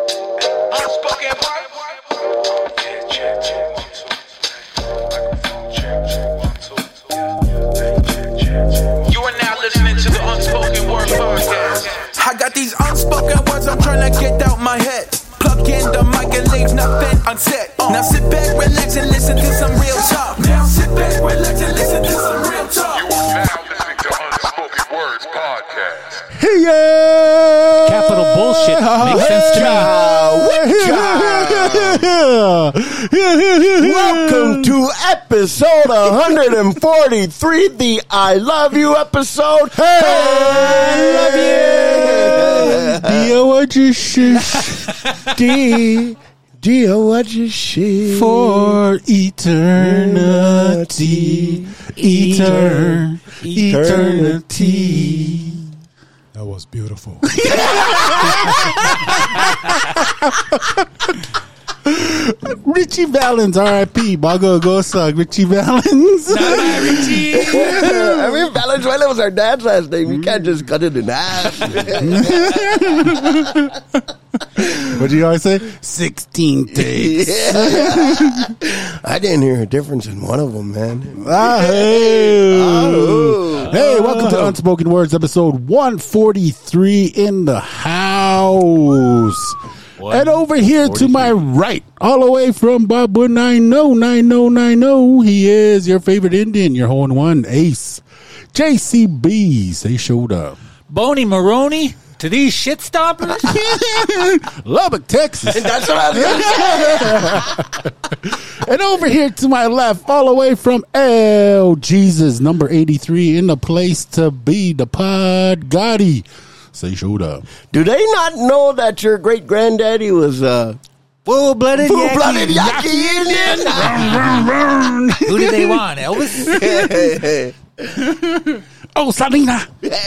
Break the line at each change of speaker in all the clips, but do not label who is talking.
Unspoken word. Yeah, check, check, one, two. Microphone check, check, one, two. Yeah, check, check, check. You are now listening to the Unspoken Word Podcast.
I got these unspoken words I'm tryna get out my head. Plug in the mic and leave nothing unsaid. Now sit back, relax, and listen to some real talk. Now sit back, relax, and listen to some real talk.
Now listening to Unspoken Words Podcast.
Hey, yeah.
Capital bullshit makes sense to
me. Welcome to episode 143, the I Love You episode. Hey, I love you. Dear, what you should- Dear, dear, what you should-
For eternity, etern, eternity.
That was beautiful.
Richie Valens, R.I.P. Mago Go Suck, Richie Valens.
I mean, Valenzuela was our dad's last name. You can't just cut it in half.
what do you always say? 16 takes.
I didn't hear a difference in one of them, man.
Ah, hey.
Oh.
Hey, welcome to Unspoken Words, episode 143 in the house. And over here to my right, all the way from Babu 909090, he is your favorite Indian, your hole in one ace. JCBs, they showed up.
Boney Maroney to these shit stoppers?
Lubbock, Texas.
That's what I was gonna say.
And over here to my left, all the way from L Jesus, number 83, in the place to be, the pod Gotti. Say showed up.
Do they not know that your great granddaddy was uh,
Full blooded
blue blooded Yaqui Indian?
Who do they want? Elvis?
Oh, Salina,
You know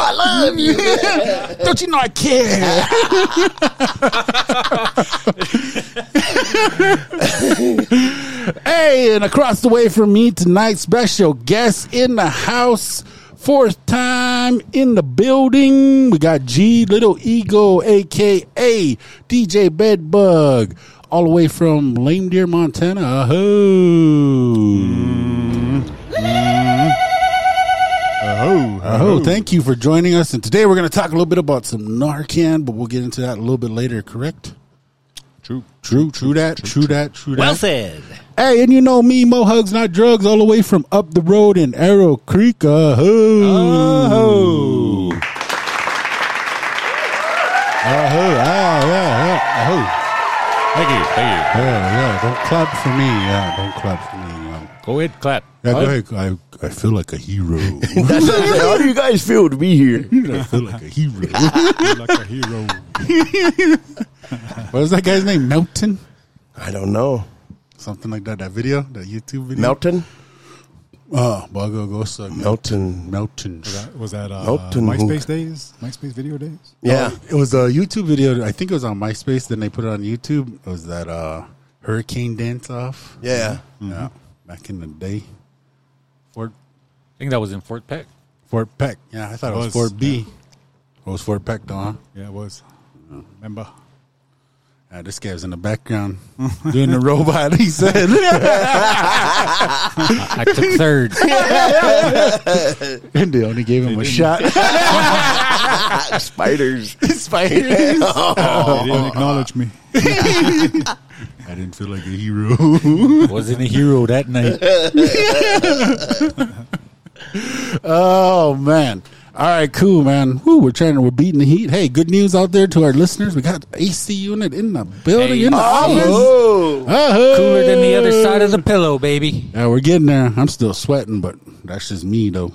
I love you.
don't you know I care? hey, and across the way from me tonight, special guest in the house. Fourth time in the building. We got G Little Ego, aka DJ Bedbug, all the way from Lame Deer, Montana. Ahoo. Oh, thank you for joining us. And today we're going to talk a little bit about some Narcan, but we'll get into that a little bit later, correct?
True.
True, true that, true that, true that.
Well said.
hey, and you know me, Mo Hugs, not drugs, all the way from up the road in Arrow Creek. Uh, ho. Uh, ho. Ah, yeah, yeah. Uh, ho.
Thank you. Thank you.
Yeah, yeah. Don't clap for me. Yeah, don't clap for me. Yeah,
Go ahead, clap.
yeah go ahead. I, I feel like a hero.
That's what I'm saying. How do you guys feel to be here?
I feel like a hero.
You're like a hero.
What was that guy's name? Melton?
I don't know.
Something like that. That video, that YouTube video.
Melton?
Oh, Bago go suck.
Melton.
Melton.
That- was that uh,
Upton
MySpace
Hook.
days? MySpace video days?
Yeah.
It was a YouTube video. I think it was on MySpace. Then they put it on YouTube. It was that uh, hurricane dance off.
Yeah.
Mm-hmm.
Yeah. Back in the day. Fort
I think that was in Fort Peck.
Fort Peck. Yeah, I thought it was,
Was,
Fort B. It was Fort Peck, though, huh?
Yeah, it was. Remember?
Yeah, this guy was in the background doing the robot, he said.
I took third.
and they only gave him a shot.
Spiders.
Spiders.
They didn't acknowledge me.
I didn't feel like a hero.
Wasn't a hero that night.
Oh man. All right, cool, man. Woo, we're trying to we're beating the heat. Hey, good news out there to our listeners. We got AC unit in the building, in the office.
Oh.
Uh-huh.
Cooler than the other side of the pillow, baby.
Yeah, we're getting there. I'm still sweating, but that's just me though.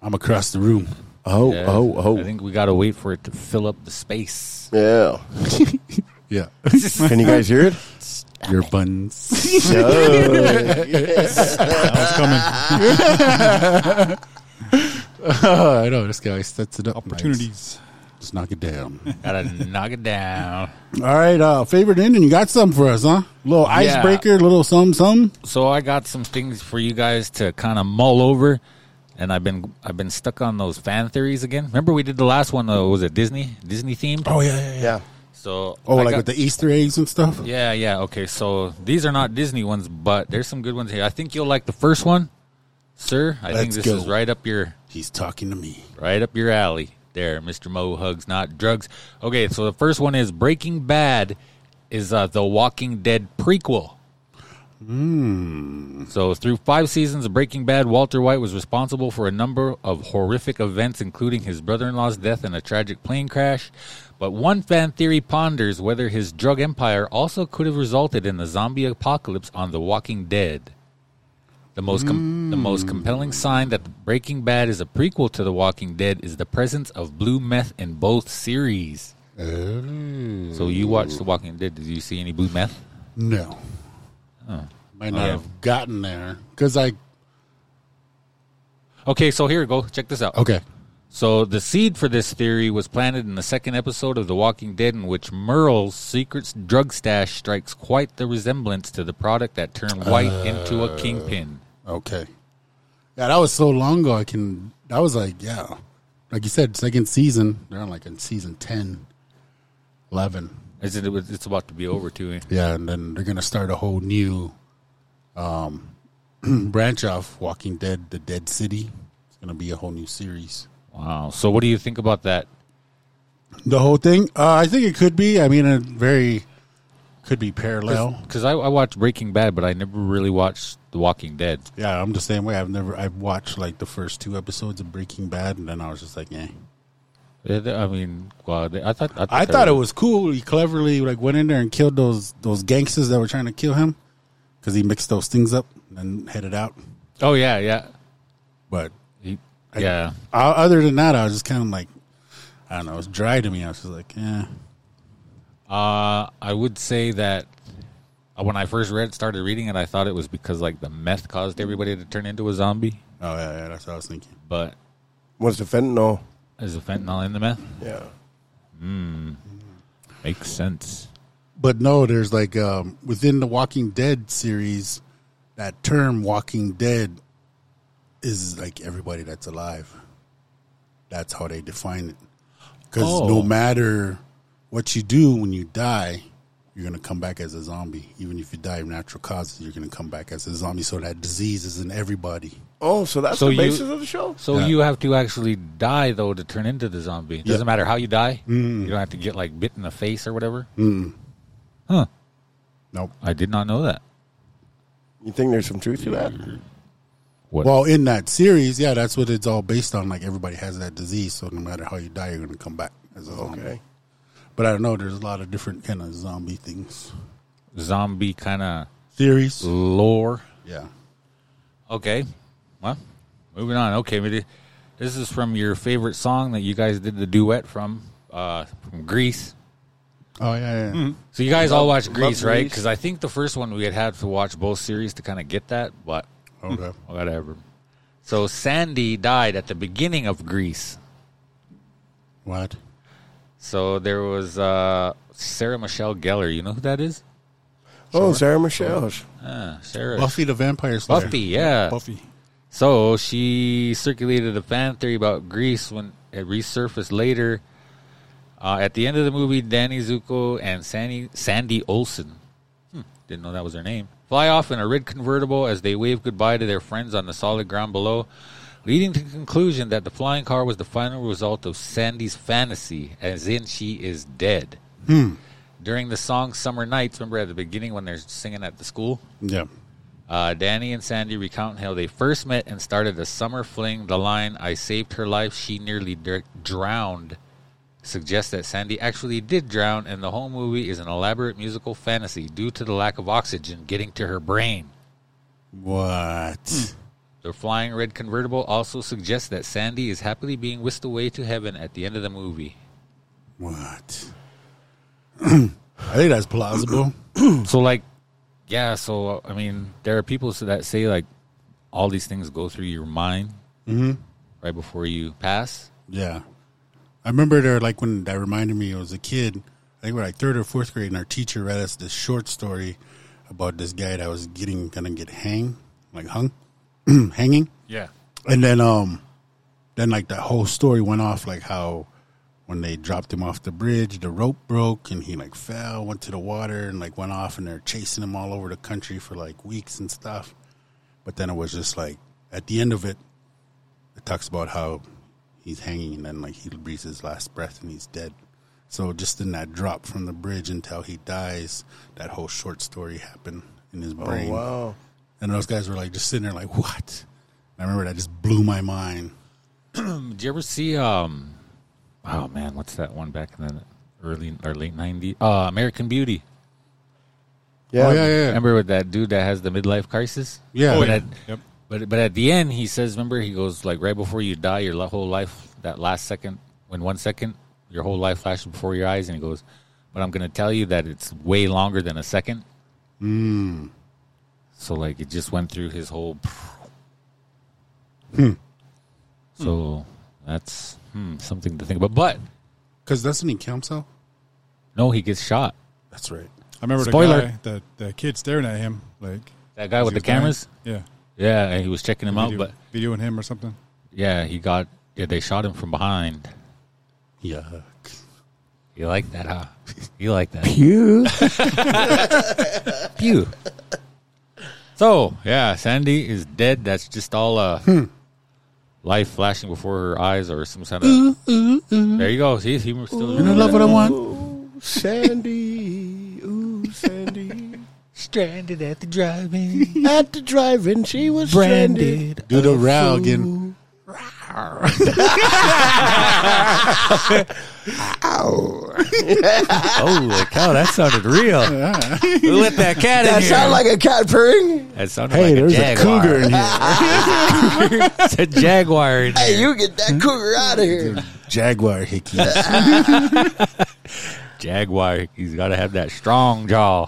I'm across the room.
Oh,
Yeah.
oh,
I
oh.
think we gotta wait for it to fill up the space.
Yeah.
Yeah.
Can you guys hear it?
Your buns.
That was coming.
oh, I know this guy sets it up. nice.
Opportunities.
Just knock it down.
Gotta knock it down.
All right, uh, favorite ending. You got something for us, huh? Little
Yeah.
icebreaker, little some some.
So I got some things for you guys to kind of mull over, and I've been I've been stuck on those fan theories again. Remember we did the last one? Uh, was it Disney Disney themed?
Oh yeah, yeah. yeah.
Yeah.
So
Oh,
I
like
got-
with the Easter eggs and stuff.
Yeah, yeah. Okay, so these are not Disney ones, but there's some good ones here. I think you'll like the first one, sir. I think
Let's
this
go.
is right up your
He's talking to me.
right up your alley. There, Mr. Mo hugs not drugs. Okay, so the first one is Breaking Bad is uh, the Walking Dead prequel. So, through five seasons of Breaking Bad, Walter White was responsible for a number of horrific events, including his brother in law's death and a tragic plane crash. But one fan theory ponders whether his drug empire also could have resulted in the zombie apocalypse on The Walking Dead. The most, com- the most compelling sign that Breaking Bad is a prequel to The Walking Dead is the presence of blue meth in both series. So, you watched The Walking Dead. Did you see any blue meth?
No, might not
yeah.
have gotten there because I.
Okay, so here we go. Check this out.
Okay,
So the seed for this theory was planted in the second episode of The Walking Dead, in which Merle's secret drug stash strikes quite the resemblance to the product that turned White into a kingpin.
okay. Yeah, that was so long ago. I can. That was like yeah, like you said, second season. They're on like in season 10, 11.
Is it? It's about to be over too. eh?
Yeah, and then they're gonna start a whole new um, branch off Walking Dead, the Dead City. It's gonna be a whole new series.
Wow. So what do you think about that?
The whole thing, uh, I think it could be. I mean, a very could be parallel.
Because I, I watched Breaking Bad, but I never really watched The Walking Dead.
Yeah, I'm the same way. I've never I've watched like the first two episodes of Breaking Bad, and then I was just like, eh.
Eh, th- I mean, well, they- I thought I thought,
I
they
thought it
were-
was cool. He cleverly like went in there and killed those those gangsters that were trying to kill him because he mixed those things up and headed out.
Oh yeah, yeah,
But
He- yeah.
uh, other than that, I was just kind of like, I don't know, it was dry to me. I was just like, eh. yeah,
Uh, I would say that when I first read, started reading it, I thought it was because like the meth caused everybody to turn into a zombie.
oh yeah, yeah that's what I was thinking.
But
What's the fentanyl?
is the fentanyl in the meth?
Yeah.
Makes sense.
But no, there's like um, within the Walking Dead series, that term Walking Dead is like everybody that's alive. That's how they define it. Because
Oh.
no matter what you do when you die, you're gonna come back as a zombie. Even if you die of natural causes, you're gonna come back as a zombie. So that disease is in everybody.
Oh, so that's
So
the
you-
basis of the show?
So you have to actually die though to turn into the zombie. Doesn't
Yeah. Mm.
matter how you die. You don't have to get like bit in the face or whatever.
Nope.
I did not know that.
You think there's some truth to that?
What?
Well, in that series, yeah, that's what it's all based on. Like everybody has that disease, so no matter how you die, you're gonna come back as a zombie.
Okay.
But I don't know. There's a lot of different kind of zombie things,
zombie kind of
theories.
Mm. lore.
Yeah.
Okay. Well, moving on. Okay, we did- this is from your favorite song that you guys did the duet from, uh, from Greece.
Oh yeah, yeah.
So you guys all watched
love
Grease, right?
Grease.
Because I think the first one we had had to watch both series to kind of get that, but
Okay.
whatever. So Sandy died at the beginning of Grease.
What?
So there was uh, Sarah Michelle Gellar. You know who that is?
Oh, Sarah Michelle's.
Ah, Sarah
Buffy the Vampire Slayer.
Buffy. Yeah.
Buffy.
So she circulated a fan theory about Greece when it resurfaced later. Uh, at the end of the movie, Danny Zuko and Sandy, Sandy Olsen, hmm, didn't know that was her name, fly off in a red convertible as they wave goodbye to their friends on the solid ground below, leading to the conclusion that the flying car was the final result of Sandy's fantasy, as in she is dead. During the song Summer Nights, remember at the beginning when they're singing at the school?
Yeah.
Uh, Danny and Sandy recount how they first met and started a summer fling. The line, I saved her life, she nearly dr- drowned, suggests that Sandy actually did drown, and the whole movie is an elaborate musical fantasy due to the lack of oxygen getting to her brain.
What?
The flying red convertible also suggests that Sandy is happily being whisked away to heaven at the end of the movie.
What? I think that's plausible.
so, like, yeah, so, uh, I mean, there are people so that say, like, all these things go through your mind right before you pass.
yeah. I remember there, like when that reminded me, I was a kid. I think we were like third or fourth grade, and our teacher read us this short story about this guy that was getting gonna get hang, like hung, hanging.
Yeah.
And then um then like that whole story went off like how when they dropped him off the bridge, the rope broke and he like fell, went to the water and like went off and they're chasing him all over the country for like weeks and stuff. But then it was just like at the end of it, it talks about how he's hanging and then like he breathes his last breath and he's dead. So just in that drop from the bridge until he dies, that whole short story happened in his brain.
wow.
And those guys were like just sitting there like, what? And I remember that just blew my mind.
Did you ever see um oh man, what's that one back in the early or late 90s? Uh American Beauty.
Yeah.
Oh, yeah, yeah, yeah.
Remember with that dude that has the midlife crisis?
Yeah.
But,
Oh, yeah.
At,
Yep.
but but at the end he says remember he goes like right before you die your lo- whole life that last second when one second your whole life flashes before your eyes and he goes but I'm going to tell you that it's way longer than a second. Mm.
Hmm.
So like it just went through his whole
Hmm.
So that's hmm, something to think about. But
Because doesn't he kill himself?
no, he gets shot.
That's right.
I remember
Spoiler.
the guy, the, the kid staring at him, like
That guy with
he
the
was dying.
cameras.
Yeah,
Yeah, and he was checking
Oh,
him out,
Video-
but
videoing him or something.
yeah, he got yeah, they shot him from behind.
Yuck.
You like that, huh? You like that.
You.
Pew. So, yeah, Sandy is dead. That's just all uh life flashing before her eyes or some kind of There you go. See, he was still
You know, love what I want.
Sandy. Ooh, Sandy.
stranded at the drive-in.
At the drive-in, she was stranded.
Branded.
Do the row again.
Holy cow, that sounded real. Who let that cat in
That
here?
sound like a cat purring?
that sounded
Hey,
like
there's
a
a
jaguar.
cougar in here.
it's a jaguar. in
Hey,
there.
you get that cougar out of here.
Jaguar hickeys.
Jaguar. He's got to have that strong jaw.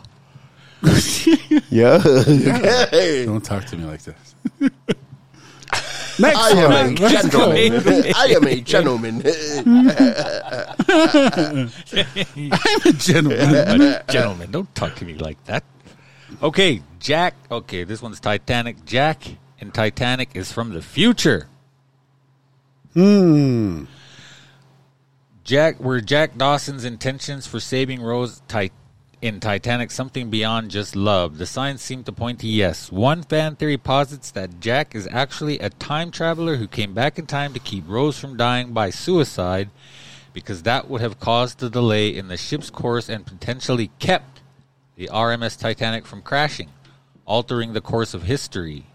Yeah. Okay.
Don't talk to me like this.
I am a gentleman. I am a gentleman.
Gentlemen, gentlemen, don't talk to me like that. Okay, Jack. Okay, this one's Titanic. Jack and Titanic is from the future. Hmm. Jack, were Jack Dawson's intentions for saving Rose Ti- in Titanic something beyond just love? The signs seem to point to yes. One fan theory posits that Jack is actually a time traveler who came back in time to keep Rose from dying by suicide because that would have caused the delay in the ship's course and potentially kept the RMS Titanic from crashing, altering the course of history.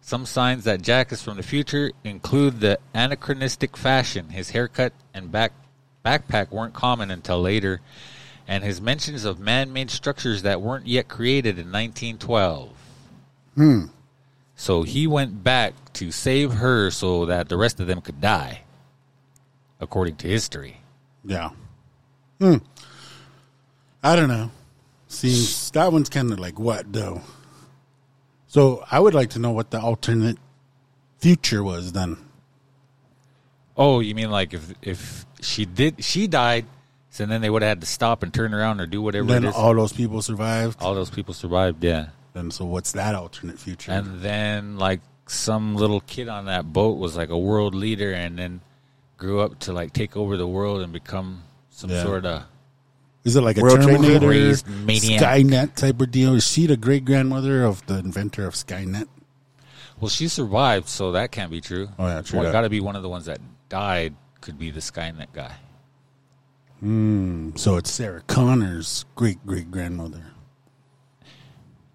Some signs that Jack is from the future include the anachronistic fashion, his haircut and back backpack weren't common until later, and his mentions of man-made structures that weren't yet created in 1912. Hmm. So he went back to save her so that the rest of them could die, according to history.
Yeah. Hmm. I don't know. Seems that one's kind of like what though. So I would like to know what the alternate future was then.
Oh, you mean like if if she did she died, so then they would have had to stop and turn around or do whatever
Then
it is. All,
all those people survived.
those people survived, yeah.
Then so what's that alternate future?
And then like some little kid on that boat was like a world leader and then grew up to like take over the world and become some
Yeah.
sort of
Is it like a
World Trade
Terminator,
Center. Raised maniac.
Skynet type of deal? Is she the great grandmother of the inventor of Skynet?
Well, she survived, so that can't be true.
Oh, yeah, true
Well,
that.
got to be one of the ones that died could be the Skynet guy.
So it's Sarah Connor's great great grandmother.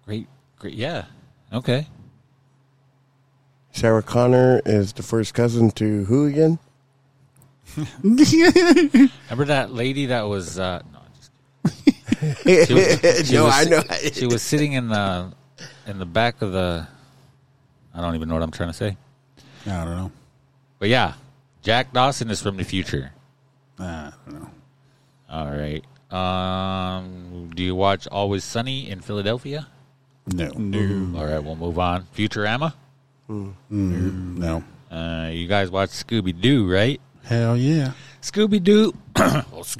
Great, great. Yeah. Okay.
Sarah Connor is the first cousin to who again?
Remember that lady that was uh no, I'm just She was- she
no,
was-
I know.
she was sitting in the in the back of the I don't even know what I'm trying to say.
I don't know.
But yeah, Jack Dawson is from the future.
Ah,
I don't know.
All right. Um do you watch Always Sunny in Philadelphia?
No.
Mm-hmm.
No.
All right, we'll move on. Futurama?
No.
Uh you guys watch Scooby Doo, right?
Hell yeah.
Scooby Doo.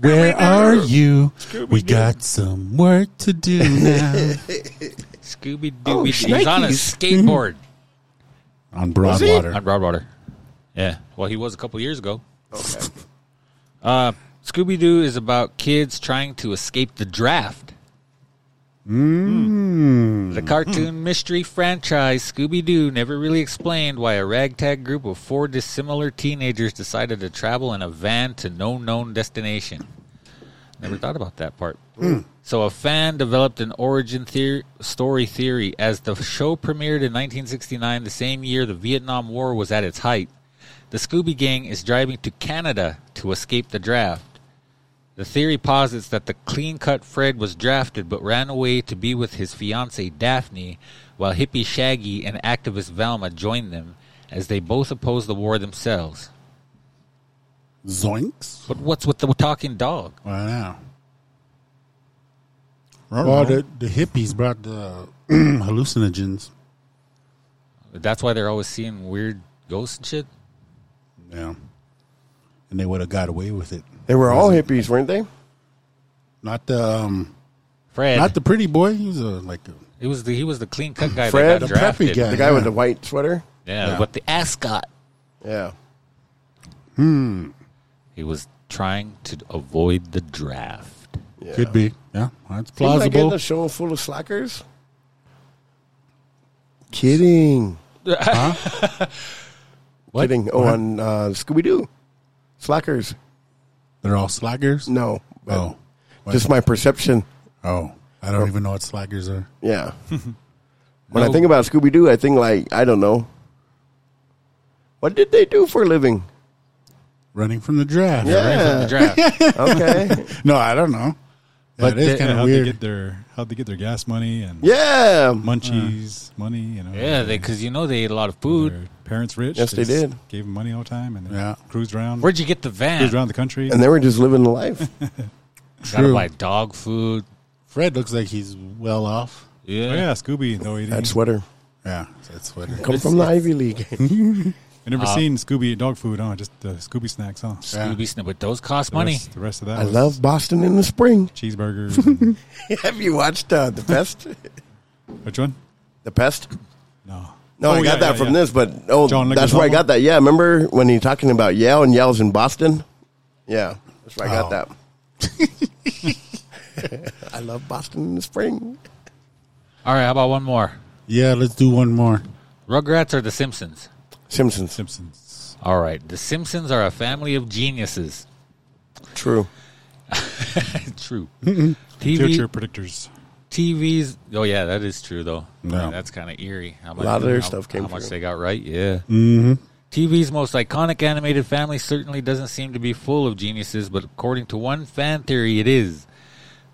Where are you? We got some work to do now.
Scooby Doo.
Oh,
he's on a skateboard
On Broadwater.
on Broadwater. Yeah. Well, he was a couple years ago.
Okay.
Uh, Scooby Doo is about kids trying to escape the draft. Mm. The cartoon mystery franchise Scooby Doo never really explained why a ragtag group of four dissimilar teenagers decided to travel in a van to no known destination. Never thought about that part. So a fan developed an origin theory, story theory as the show premiered in 1969, the same year the Vietnam War was at its height. The Scooby Gang is driving to Canada to escape the draft. The theory posits that the clean-cut Fred was drafted but ran away to be with his fiancee Daphne, while hippie Shaggy and activist Velma joined them as they both oppose the war themselves.
Zoinks.
But what's with the talking dog?
Wow. now.
Well, the, the hippies brought the hallucinogens.
That's why they're always seeing weird ghosts and shit.
Yeah. And they would have got away with it.
They were all hippies, weren't they?
Not the um,
Fred,
not the pretty boy. He was a, like a,
He was the he was the clean cut guy
Fred,
that got
the preppy
drafted.
guy.
The guy with the white sweater.
Yeah,
Yeah.
but the ascot.
Yeah.
He was trying to avoid the draft.
yeah.
could be. Yeah, that's
Seems like
plausible.
it's a show full of slackers. Kidding.
What?
Kidding. Oh, on uh, Scooby Doo. Slackers.
They're all slaggers.
No. but
Oh, What?
Mm-hmm. Just my perception.
oh, I don't even know what slaggers are.
Yeah. when I think about Scooby Doo, I think like I don't know. What did they do for a living?
Running from the draft.
The draft.
okay.
No, I don't know. But
Yeah,
it's kind of
how'd They
weird.
get their, how'd they get their gas money and
Yeah.
munchies money? You know,
yeah, because you know they ate a lot of food.
their parents rich.
Yes, they
just
did.
Gave them money all the time and they
Yeah.
cruised around,
Where'd you get the
cruised
van?
around the country.
And they were just living the life.
Gotta buy dog food.
Fred looks like he's well off.
Oh, yeah, Scooby though. He
That
didn't-
sweater.
Yeah, that's what.
Come from the Ivy League.
I never seen Scooby eat dog food. Huh? Just the Scooby snacks. Huh?
Scooby Snoo, but those cost
The
money.
Rest, the rest of that.
I
was
love Boston in the spring.
cheeseburgers. and-
Have you watched uh, The Pest?
which one?
the Pest?
No.
No,
Oh,
I got
yeah,
that
yeah,
from
yeah.
this, but oh,
John
that's where I
Leguizamo?
got that. Yeah, remember when he talking about Yale and Yale's in Boston? Yeah, that's where I
Oh.
got that. I love Boston in the spring.
All right, how about one more?
Yeah, let's do one more.
Rugrats or The Simpsons?
Simpsons.
Simpsons.
All right, The Simpsons are a family of geniuses.
True.
True.
Future
TV,
predictors.
TVs. Oh yeah, that is true though.
No.
I mean, that's kind of eerie. How much,
lot of their
how-
stuff came Mm-hmm.
How much
true.
they got right? Yeah. TV's most iconic animated family certainly doesn't seem to be full of geniuses, but according to one fan theory, it is.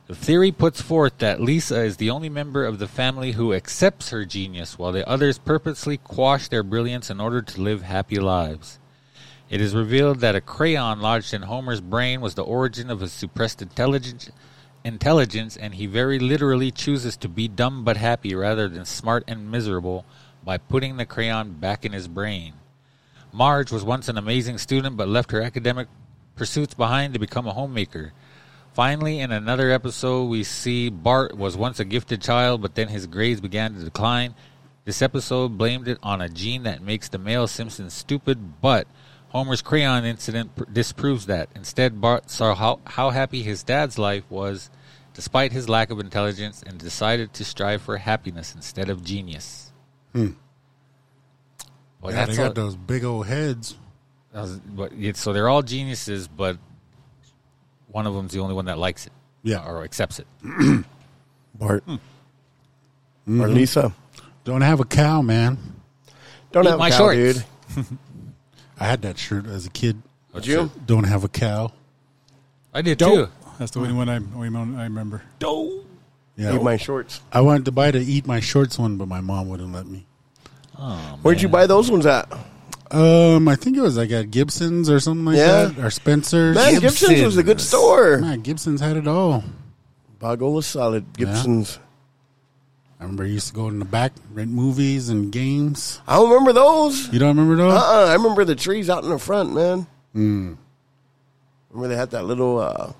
The theory puts forth that Lisa is the only member of the family who accepts her genius, while the others purposely quash their brilliance in order to live happy lives. It is revealed that a crayon lodged in Homer's brain was the origin of his suppressed intelligence, intelligence, and he very literally chooses to be dumb but happy rather than smart and miserable by putting the crayon back in his brain. Marge was once an amazing student but left her academic pursuits behind to become a homemaker. Finally, in another episode, we see Bart was once a gifted child, but then his grades began to decline. This episode blamed it on a gene that makes the male Simpson stupid, but Homer's crayon incident pr- disproves that. Instead, Bart saw how, how happy his dad's life was despite his lack of intelligence and decided to strive for happiness instead of genius. Hmm. Boy,
Yeah, they
that's
got
a-
those big old heads.
that was- but it, so they're all geniuses, but one of them's the only one that likes it.
Yeah.
or accepts it.
Bart. Hmm.
Hmm.
Or Lisa.
Don't have a cow, man.
Don't
Eat
have
my
a cow,
shorts.
dude.
I had that shirt as a kid.
That's
you?
it.
Don't have a cow.
I did too.
That's the only one I, only one I remember.
Yeah,
Eat my shorts.
I wanted to buy the eat my shorts one, but my mom wouldn't let me.
Where'd you buy those ones at?
Um, I think it was like at Gibson's or something like
Yeah.
that, or Spencer's.
Man, Gibson's was a good store.
Man, Gibson's had it all.
Bagola solid. Gibson's.
I remember I used to go in the back, rent movies and games.
I don't remember those.
You don't remember those?
Hmm.
Uh-uh. I remember the trees out in the front, man. Remember they had that little. Uh,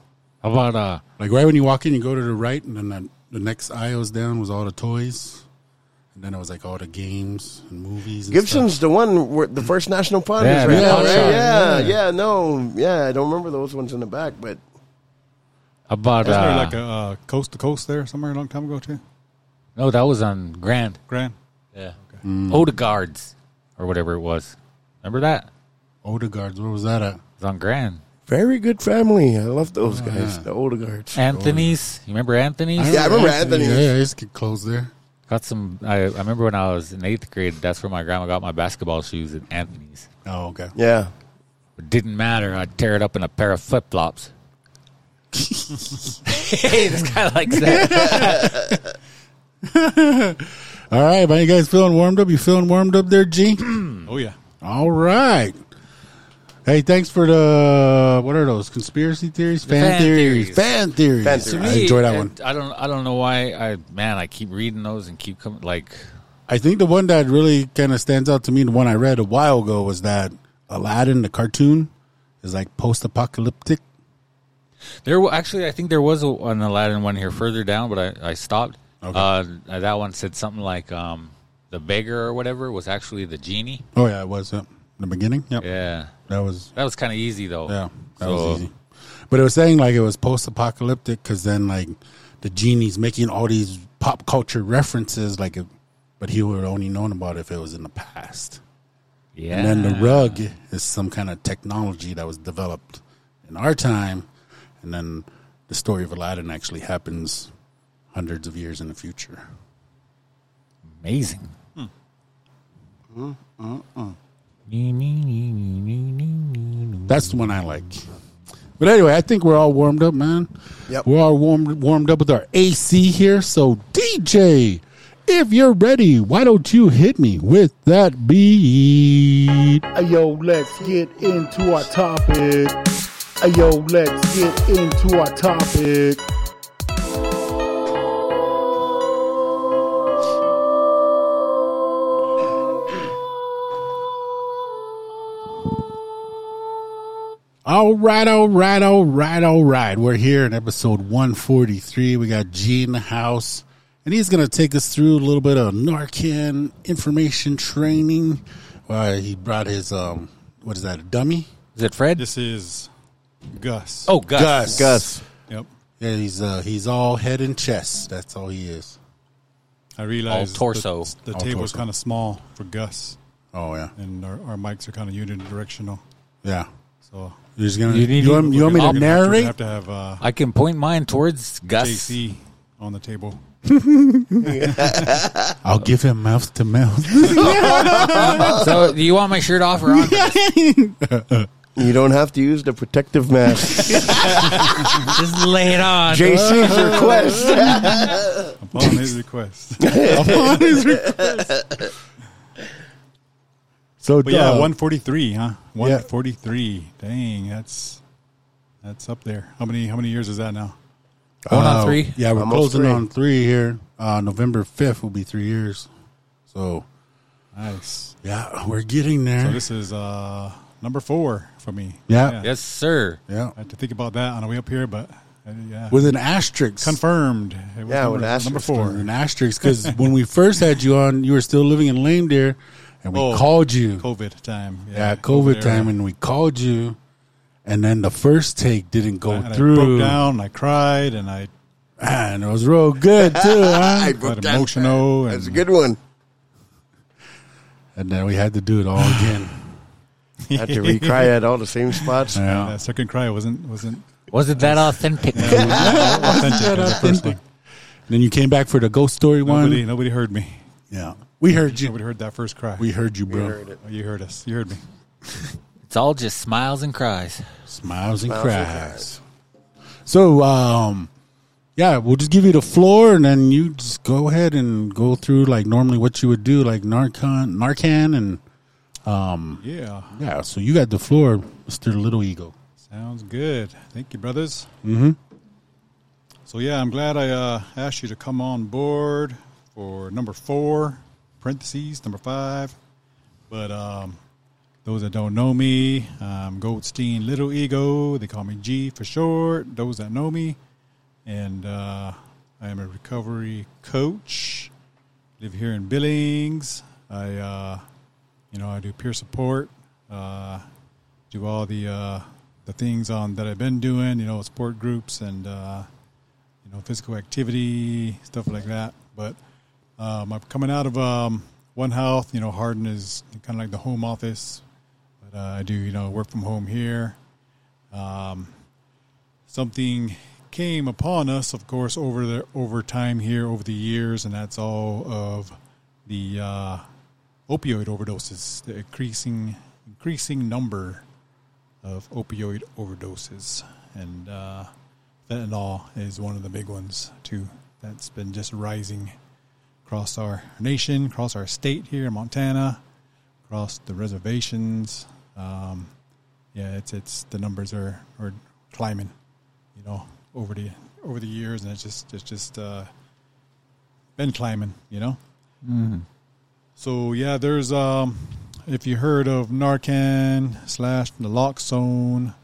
How about uh,
Like right when you walk in, you go to the right, and then the, the next aisles down was all the toys, and then it was like all the games and movies. And
Gibson's the one where the first National Pond
Yeah,
is right
yeah,
now, right? Yeah,
yeah,
yeah, no, yeah. I don't remember those ones in the back, but
how about
Isn't there
uh,
like a uh, coast to coast there somewhere a long time ago too?
no? That was on Grand.
Grand.
Yeah. Odegaard's or whatever it was. Remember that? It
stuff. Odegaard's. Where was that at?
was on Grand.
very good family. I love those guys, the older guards.
Anthony's. You remember Anthony's?
Yeah, I remember Anthony's.
Yeah, I used to get clothes there.
Got some. I, I remember when I was in eighth grade. That's where my grandma got my basketball shoes at Anthony's.
Oh, okay.
Yeah,
It didn't matter. I'd tear it up in a pair of flip flops. hey, this guy likes that.
All right, man. You guys feeling warmed up? You feeling warmed up there, G?
Oh yeah.
All right. Hey, thanks for the what are those conspiracy theories, fan,
fan
theories.
theories.
fan theories.
Fan theories.
I enjoy that
Me,
one.
I don't. I don't know why. I man, I keep reading those and keep coming. Like,
I think the one that really kind of stands out to me, the one I read a while ago, was that Aladdin, the cartoon, is like post-apocalyptic.
There wa- actually, I think there was a, an Aladdin one here further down, but I, I stopped.
Okay.
Uh, that one said something like um, the beggar or whatever was actually the genie.
Oh yeah, it was uh, the beginning. Yep.
Yeah,
that was
that was kind of easy though.
yeah, that
So-
was easy. But it was saying like it was post-apocalyptic because then like the genie's making all these pop culture references, like, if, but he would have only known about it if it was in the past.
yeah.
And then the rug is some kind of technology that was developed in our time. And then the story of Aladdin actually happens hundreds of years in the future.
amazing. Nee, nee, nee, nee, nee, nee, nee, nee.
That's the one I like. But anyway, I think we're all warmed up, man.
Yep.
We're all warmed warmed up with our AC here. So DJ, if you're ready, why don't you hit me with that beat?
Yo, let's get into our topic. Yo, let's get into our topic.
All right, all right, all right, all right. We're here in episode 143. We got G in the house, and he's going to take us through a little bit of Narcan information training. Uh, he brought his, um, what is that, a dummy?
Is it Fred?
This is Gus.
oh, Gus.
Gus.
Yep.
Yeah, he's uh, he's all head and chest. That's all he is.
I realized
All torso.
The, the
All
table's
torso.
kind of small for Gus,
Oh, yeah.
and our, our mics are kind of unidirectional.
Yeah.
So
You're just gonna,
You
you,
need-
want, you want me
We're
to
gonna have
narrate?
We're gonna have to have uh,
I can point mine towards Gus.
JC on the table.
I'll give him mouth to mouth.
So, do you want my shirt off or on?
You don't have to use the protective mask.
Just lay it on.
JC's request.
Upon his request.
Upon his request. So,
But yeah,
uh,
143, huh? 143. Dang, that's that's up there. How many how many years is that now?
Going on
Uh,
Oh, three?
Yeah, we're
Almost
closing
three.
on three here. Uh, November fifth will be three years. So
Nice.
yeah, we're getting
So
there.
this is uh number 4 for me.
Yeah.
Yes, sir.
yeah,
I had to think about that on the way up here, but uh, yeah.
with an asterisk.
confirmed. It was
Yeah,
number,
with asterisk.
number
With
4.
an asterisk because when we first had you on, you were still living in Lame Deer, and we
Oh.
called you.
COVID time.
yeah, COVID
era.
time, and we called you, and then the first take didn't go
and I broke
through,
down and I cried and I
and it was real good too. Huh?
broke
got
down.
emotional.
That's a
and-
good one.
and then we had to do it all again.
Had to recry at all the same spots.
Yeah.
That second cry wasn't wasn't
Wasn't that authentic?
authentic as the first one.
then you came back for the ghost story
Nobody
one.
nobody heard me.
Yeah, we heard you.
Nobody heard that first cry.
We heard you, bro.
Oh, you heard us. You heard me.
It's all just smiles and cries.
Smiles and
Smiles and
cries. So, um, yeah, we'll just give you the floor, and then you just go ahead and go through like normally what you would do, like Narcan, Narcan, and
Yeah.
yeah. So you got the floor, Mister Little Ego.
Sounds good. Thank you, brothers. Mm-hmm. So yeah, I'm glad I uh, asked you to come on board for number four, parentheses number five. But um, Those that don't know me, um, Goldstein Little Ego. They call me G for short. Those that know me, and uh, I am a recovery coach. Live here in Billings. I, uh, you know, I do peer support. Uh, do all the uh, the things on that I've been doing. You know, sport groups and uh, you know physical activity stuff like that. But um, I'm coming out of um, One Health. You know, Hardin is kind of like the home office, but uh, I do you know work from home here. Um, something came upon us, of course, over the over time here over the years, and that's all of the uh, opioid overdoses, the increasing increasing number of opioid overdoses, and uh, fentanyl is one of the big ones too. That's been just rising across our nation, across our state here in Montana, across the reservations. Um, yeah, it's it's the numbers are, are climbing, you know, over the over the years, and it's just it's just uh, been climbing, you know. So yeah, there's um, if you heard of Narcan slash naloxone,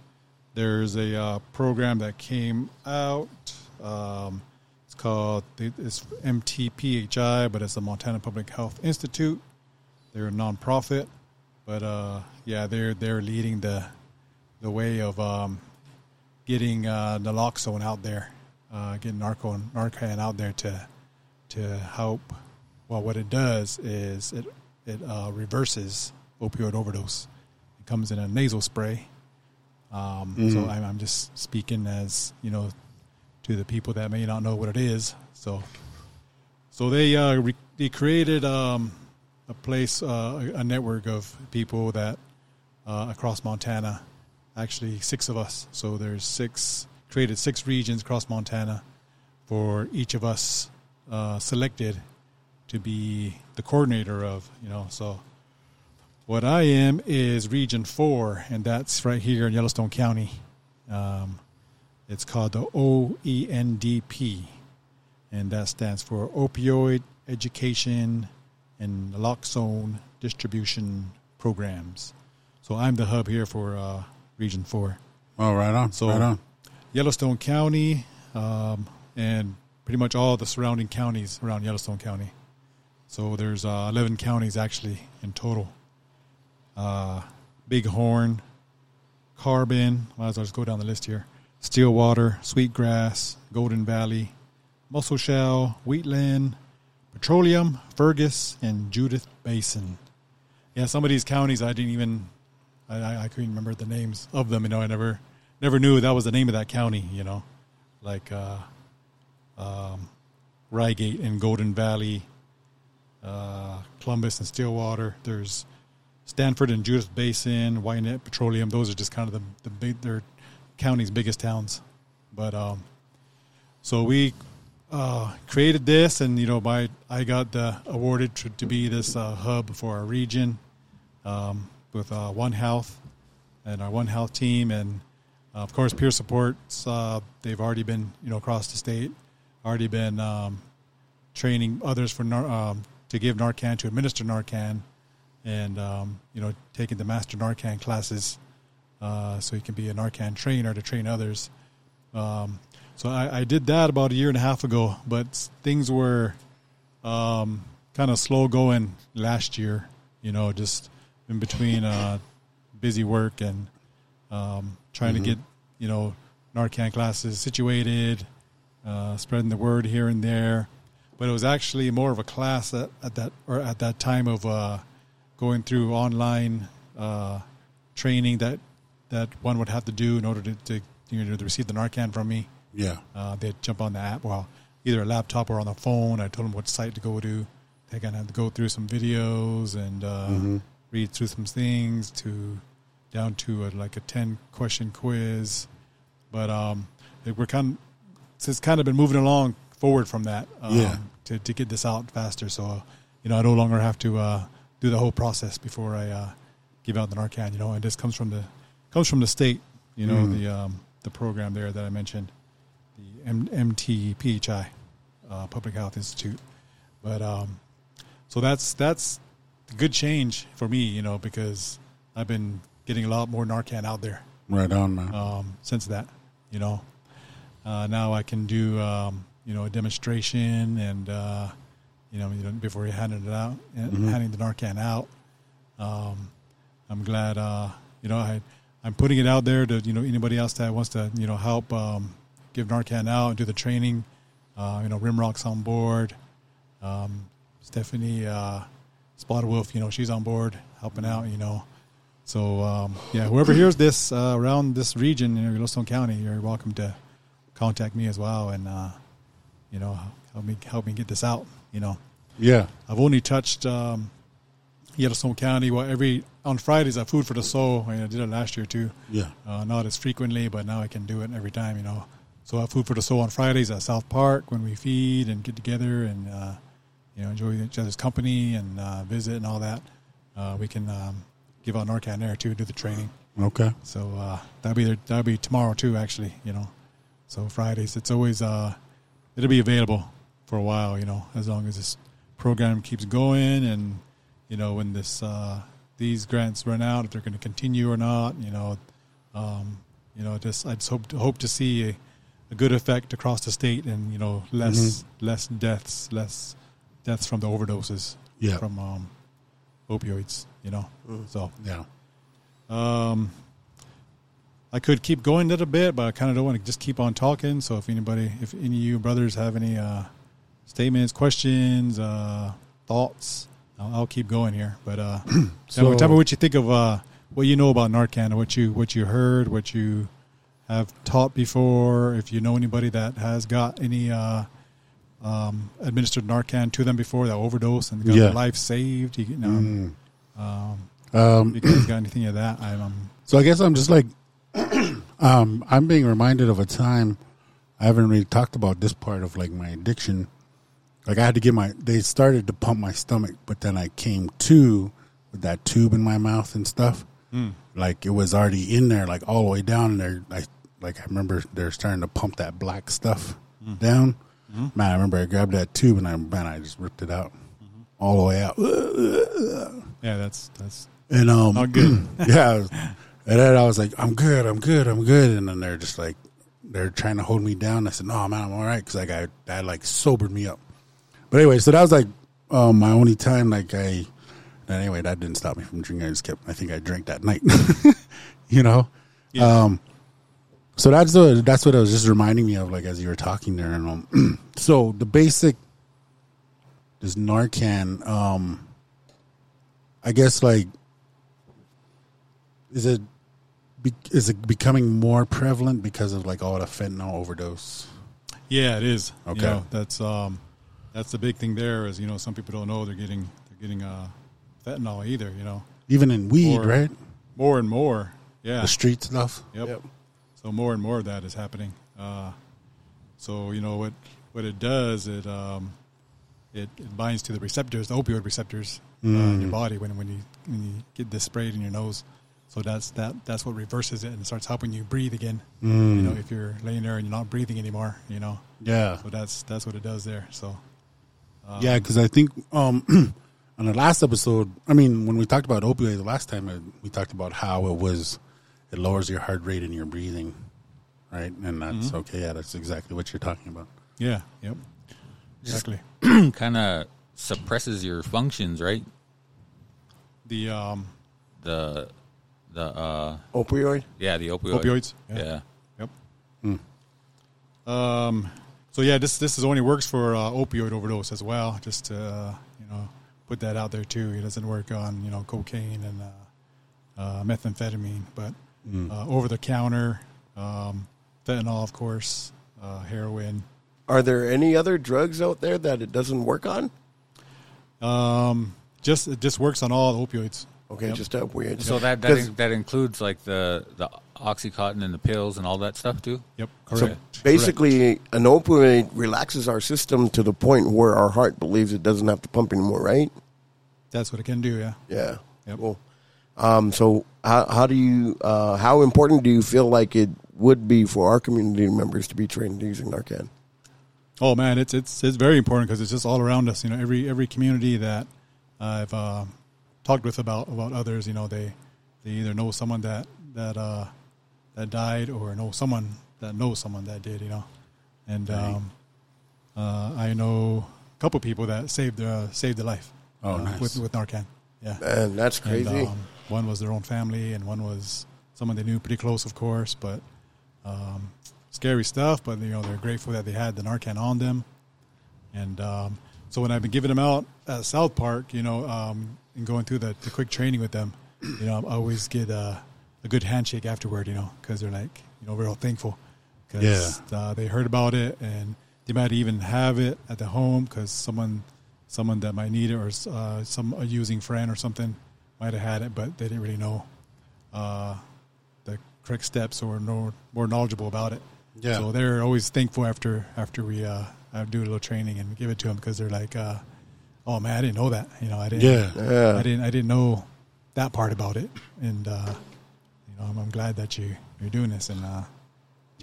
there's a uh, program that came out. Um, it's called it's MTPHI, but it's the Montana Public Health Institute. They're a nonprofit, but uh, yeah, they're they're leading the the way of um, getting uh, naloxone out there, uh, getting narco narcan out there to to help. Well, what it does is it it uh, reverses opioid overdose. It comes in a nasal spray. Um, So I'm, I'm just speaking as you know to the people that may not know what it is. So so they uh, re- they created um, a place uh, a a network of people that uh, across Montana. Actually, six of us. So there's six created six regions across Montana for each of us uh, selected to be the coordinator of. You know, so what I am is Region Four, and that's right here in Yellowstone County. Um, it's called the E OENDP, and that stands for Opioid Education and Naloxone Distribution Programs. So I'm the hub here for uh, Region 4.
Oh, right on.
So
right on.
Yellowstone County um, and pretty much all the surrounding counties around Yellowstone County. So there's uh, 11 counties actually in total. Uh, Bighorn, Carbon, might as well just go down the list here. Stillwater, Sweetgrass, Golden Valley, Muscle Shell, Wheatland, Petroleum, Fergus, and Judith Basin. Yeah, some of these counties I didn't even I, I, I couldn't remember the names of them. You know, I never never knew that was the name of that county. You know, like uh, um, Rygate and Golden Valley, uh, Columbus and Stillwater. There's Stanford and Judith Basin, Wynette, Petroleum. Those are just kind of the the big their county's biggest towns. But um, so we uh, created this, and you know, by I got the, awarded to, to be this uh, hub for our region with uh, One Health and our One Health team, and uh, of course peer supports. Uh, they've already been you know across the state, already been um, training others for nar- um, to give Narcan to administer Narcan, and um, you know taking the master Narcan classes uh, so you can be a Narcan trainer to train others. Um, so I, I did that about a year and a half ago, but s- things were um, kind of slow going last year. You know, just in between uh, busy work and um, trying to get you know Narcan classes situated, uh, spreading the word here and there. But it was actually more of a class at, at that or at that time of uh, going through online uh, training that that one would have to do in order to, to you know to receive the Narcan from me.
Yeah.
Uh, they'd jump on the app, well, either a laptop or on the phone. I told them what site to go to. They're going to have to go through some videos and uh, read through some things to down to a, like a 10 question quiz. But um, it- we're kind of, it's kind of been moving along forward from that um,
Yeah.
to, to get this out faster. So, uh, you know, I no longer have to uh, do the whole process before I uh, give out the Narcan, you know, and this comes from the, comes from the state, you know, the, um, the program there that I mentioned the M- MTPHI, uh, Public Health Institute. But um, so that's that's a good change for me, you know, because I've been getting a lot more Narcan out there
Right on, man.
um, since that. You know, uh, now I can do um, you know a demonstration and uh, you know you know, before you handed it out, and handing the Narcan out. Um, I'm glad uh, you know I I'm putting it out there to you know anybody else that wants to you know help um, give Narcan out and do the training. Uh, you know, Rimrock's on board. Um, Stephanie uh, Spotted Wolf, you know, she's on board helping out. You know, so um, yeah, whoever hears this uh, around this region in Yellowstone County, you're welcome to contact me as well, and uh, you know help me help me get this out. You know,
yeah.
I've only touched um, Yellowstone County. Well, every on Fridays I food for the soul. I, mean, I did it last year too.
Yeah.
uh, not as frequently, but now I can do it every time. You know, so I have food for the soul on Fridays at South Park when we feed and get together and uh, you know enjoy each other's company and uh, visit and all that. Uh, we can um, give out Narcan there too, do the training.
Okay.
So uh, that'll be there, that'll be tomorrow too. Actually, you know, so Fridays it's always uh, it'll be available for a while. You know, as long as this program keeps going, and you know when this uh, these grants run out, if they're going to continue or not. You know, um, you know, just I just hope to, hope to see a, a good effect across the state, and you know, less less deaths, less deaths from the overdoses
Yeah.
from um, opioids. You know, so
Yeah.
I could keep going a little bit, but I kind of don't want to just keep on talking. So if anybody, if any of you brothers have any uh, statements, questions, uh, thoughts, I'll, I'll keep going here. But uh, tell, me,
So-
tell me what you think of uh, what you know about Narcan, and what you what you heard, what you have taught before. If you know anybody that has got any uh, um, administered Narcan to them before that overdose and got
Yeah. Mm.
their life saved, you, know,
Um,
if you guys got anything of that, I'm um,
So I guess I'm just like, um, I'm being reminded of a time I haven't really talked about this part of like my addiction. Like I had to get my, they started to pump my stomach, but then I came to with that tube in my mouth and stuff. Like it was already in there, like all the way down there. I like I remember they're starting to pump that black stuff down. Man, I remember I grabbed that tube and I man, I just ripped it out all the way out.
yeah, that's that's
And um,
Not good.
yeah. And then I was like, I'm good, I'm good, I'm good. And then they're just like, they're trying to hold me down. I said, No, man, I'm all right, because like I, that like sobered me up. But anyway, so that was like um, my only time. Like I, and anyway, that didn't stop me from drinking. I just kept. I think I drank that night. you know. Um. So that's what that's what I was just reminding me of, like as you were talking there. And um, so the basic, this Narcan. Um. I guess like is it be, is it becoming more prevalent because of like all the fentanyl overdose?
Yeah, it is. You
Okay.
know, that's um, that's the big thing there is you know some people don't know they're getting they're getting uh, fentanyl either. You know,
Even in weed,
Or-
right?
more and more. Yeah.
The street stuff.
Yep. So more and more of that is happening. Uh, so you know what what it does it um, it, it binds to the receptors, the opioid receptors uh, in your body when when you when you get this sprayed in your nose. So that's that that's what reverses it and starts helping you breathe again. You know, if you're laying there and you're not breathing anymore, you know.
Yeah,
So that's that's what it does there. So
yeah. Because I think um, on the last episode, I mean, when we talked about opioids the last time, uh, we talked about how it was it lowers your heart rate and your breathing, right? And that's
Mm-hmm.
okay. Yeah, that's exactly what you're talking about.
yeah, yep, exactly.
kind of suppresses your functions, right?
The um,
The the uh
Opioid?
yeah the opioid.
Opioids, yeah.
Yeah.
Yep.
Hmm.
Um, so yeah, this this is only works for uh, opioid overdose as well. Just to uh, you know put that out there too. It doesn't work on you know cocaine and uh, uh, methamphetamine, but
Hmm.
uh, over the counter um, fentanyl, of course, uh, heroin.
Are there any other drugs out there that it doesn't work on?
Um, just it just works on all opioids.
Okay,
Yep.
just up weird.
So that that,
Does-
that includes like the the oxycontin and the pills and all that stuff too.
Yep,
so
correct.
basically, an opioid relaxes our system to the point where our heart believes it doesn't have to pump anymore, right?
That's what it can do. Yeah.
Yeah.
Yep.
Cool. Um, so how, how do you uh, how important do you feel like it would be for our community members to be trained using Narcan?
Oh man, it's it's it's very important because it's just all around us. You know, every every community that I've uh, talked with about about others, you know, they They either know someone that that uh, that died or know someone that knows someone that did. You know, and um, uh, I know a couple people that saved their uh, saved their life.
Oh,
uh,
nice.
with with Narcan. Yeah,
Man, that's crazy.
and um, one was their own family, and one was someone they knew pretty close, of course. But um, scary stuff. But you know, they're grateful that they had the Narcan on them. And um, so when I've been giving them out at South Park, you know, um, and going through the, the quick training with them, you know, I always get a, a good handshake afterward, you know, because they're like, you know, real thankful because uh, they heard about it and they might even have it at the home because someone, someone that might need it or uh, some a using friend or something might have had it, but they didn't really know uh, the correct steps or no, more knowledgeable about it.
Yeah.
So they're always thankful after after we uh, I do a little training and give it to them because they're like, uh, "Oh man, I didn't know that. You know, I didn't.
Yeah.
Yeah.
I didn't. I didn't know that part about it. And uh, you know, I'm, I'm glad that you you're doing this and uh,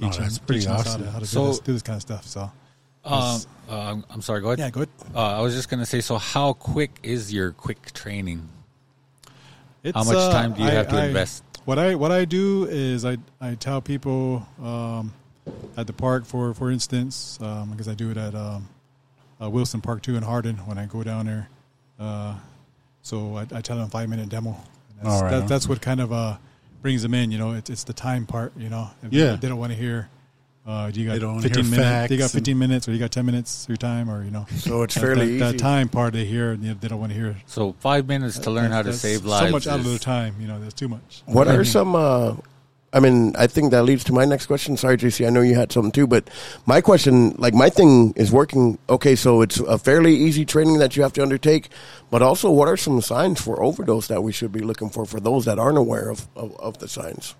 No,
teaching,
that's pretty
teaching us
awesome.
how to, how to
So-
do, this, do this kind of stuff. So
Um, uh, I'm- I'm sorry. Go ahead.
yeah, good.
Uh, I was just gonna say. So, how quick is your quick training?
It's,
How much
uh,
time do you
I-
have to
I-
invest?
What I what I do is I I tell people um, at the park for for instance um, because I do it at um, uh, Wilson Park too in Hardin when I go down there. Uh, so I, I tell them five minute demo. And That's,
All right.
that, that's what kind of uh, brings them in. You know, it's it's the time part. You know, If
Yeah.
they don't want to hear. Uh, you got
They don't wanna
fifteen
hear
minutes. You got
facts and-
fifteen minutes, or you got ten minutes of your time, or you know.
So it's
that-
fairly
that, that
easy.
time part they hear, and they don't want to hear
So, five minutes to learn how to
that's
save lives.
So much out of
is-
their time, you know. That's too much.
What
Mm-hmm.
are some? Uh, I mean, I think that leads to my next question. Sorry, JC, I know you had something too, but my question, like my thing, is working. Okay, so it's a fairly easy training that you have to undertake, but also, what are some signs for overdose that we should be looking for for those that aren't aware of of, of the signs?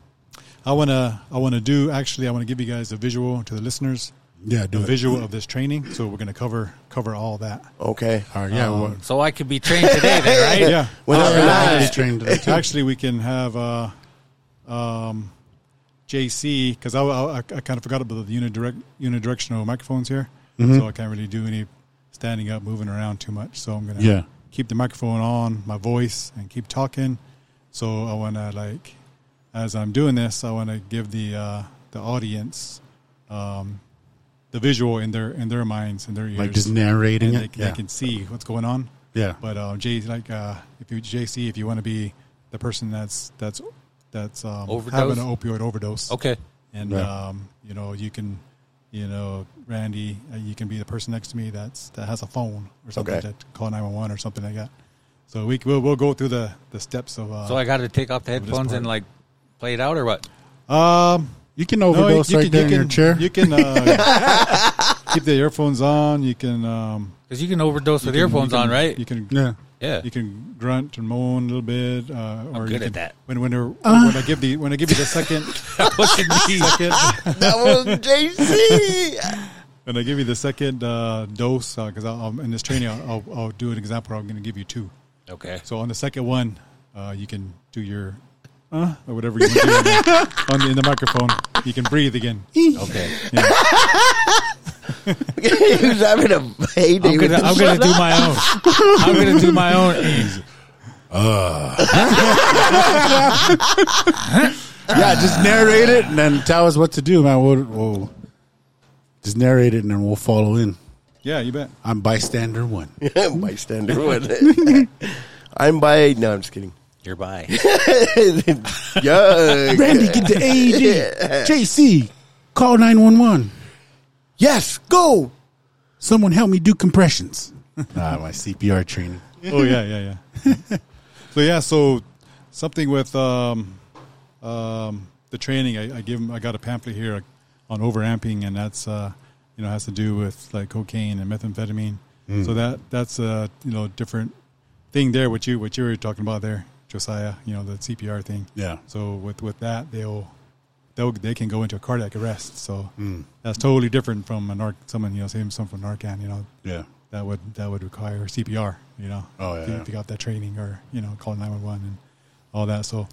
I wanna, I wanna do. Actually, I wanna give you guys a visual to the listeners,
Yeah, do
a
it.
visual of this training. So we're gonna cover cover all that.
Okay,
All right, yeah, well,
So I could be trained today, then, right?
Yeah.
Well,
all
that's
right,
nice.
I'll train today, too.
Actually, we can have uh, um, JC because I, I, I kind of forgot about the unidirect, unidirectional microphones here,
Mm-hmm.
so I can't really do any standing up, moving around too much. So I'm gonna
Yeah.
keep the microphone on my voice and keep talking. So I want to like, as I'm doing this, I want to give the uh, the audience um, the visual in their in their minds and their ears,
like just narrating
and
it.
they,
yeah.
they can see what's going on.
Yeah.
But um, Jay, like, uh, if you JC, if you want to be the person that's that's that's um,
Overdose?
having an opioid overdose,
Okay.
and
Right.
um, you know you can, you know, Randy, uh, you can be the person next to me that's that has a phone or something
Okay.
that call nine one one or something like that. So we c- we'll, we'll go through the the steps of. Uh,
So I got to take off the headphones and
part.
like play it out, or what?
um,
you can
no, you-
overdose
you
right
can-
there
you
in your
can-
chair.
You can uh, keep the earphones on. You can. Um,
Because you can overdose with
you can-
earphones
you
on,
can-
right?
You can
yeah.
yeah.
You can grunt and moan a little bit. Uh, or you
good at
can-
that.
When when, they're- when I give the when I give you the second second
that was JC.
when I give you the second uh, dose because I'm in this training I'll, I'll, I'll do an example. I'm going to give you two.
Okay.
So on the second one, uh, you can do your uh, or whatever you want to do on the, on the, in the microphone. You can breathe again.
Okay.
he was having a heyday.
I'm
with
gonna,
this.
I'm gonna do my own. I'm gonna do my own.
Yeah, just narrate it and then tell us what to do, man. We'll, we'll just narrate it and then we'll follow in.
Yeah, you bet.
I'm bystander one.
bystander. wasn't it? I'm by. No, I'm just kidding.
You're by.
Yuck.
Randy, get the AED. JC, call 911.
Yes, go.
Someone help me do compressions. ah, my CPR training.
oh yeah, yeah, yeah. so yeah, so something with um, um, the training. I, I give 'em- I got a pamphlet here on overamping, and that's uh, you know has to do with like cocaine and methamphetamine. So that that's a you know different thing there. What you what you were talking about there, Josiah. You know the CPR thing.
Yeah.
So with with that, they'll. They'll, they can go into a cardiac arrest, so that's totally different from a narc, someone you know, same someone from Narcan, you know,
Yeah.
that would that would require CPR, you know.
Oh, yeah,
if you,
yeah.
if you got that training or you know call nine one one and all that. So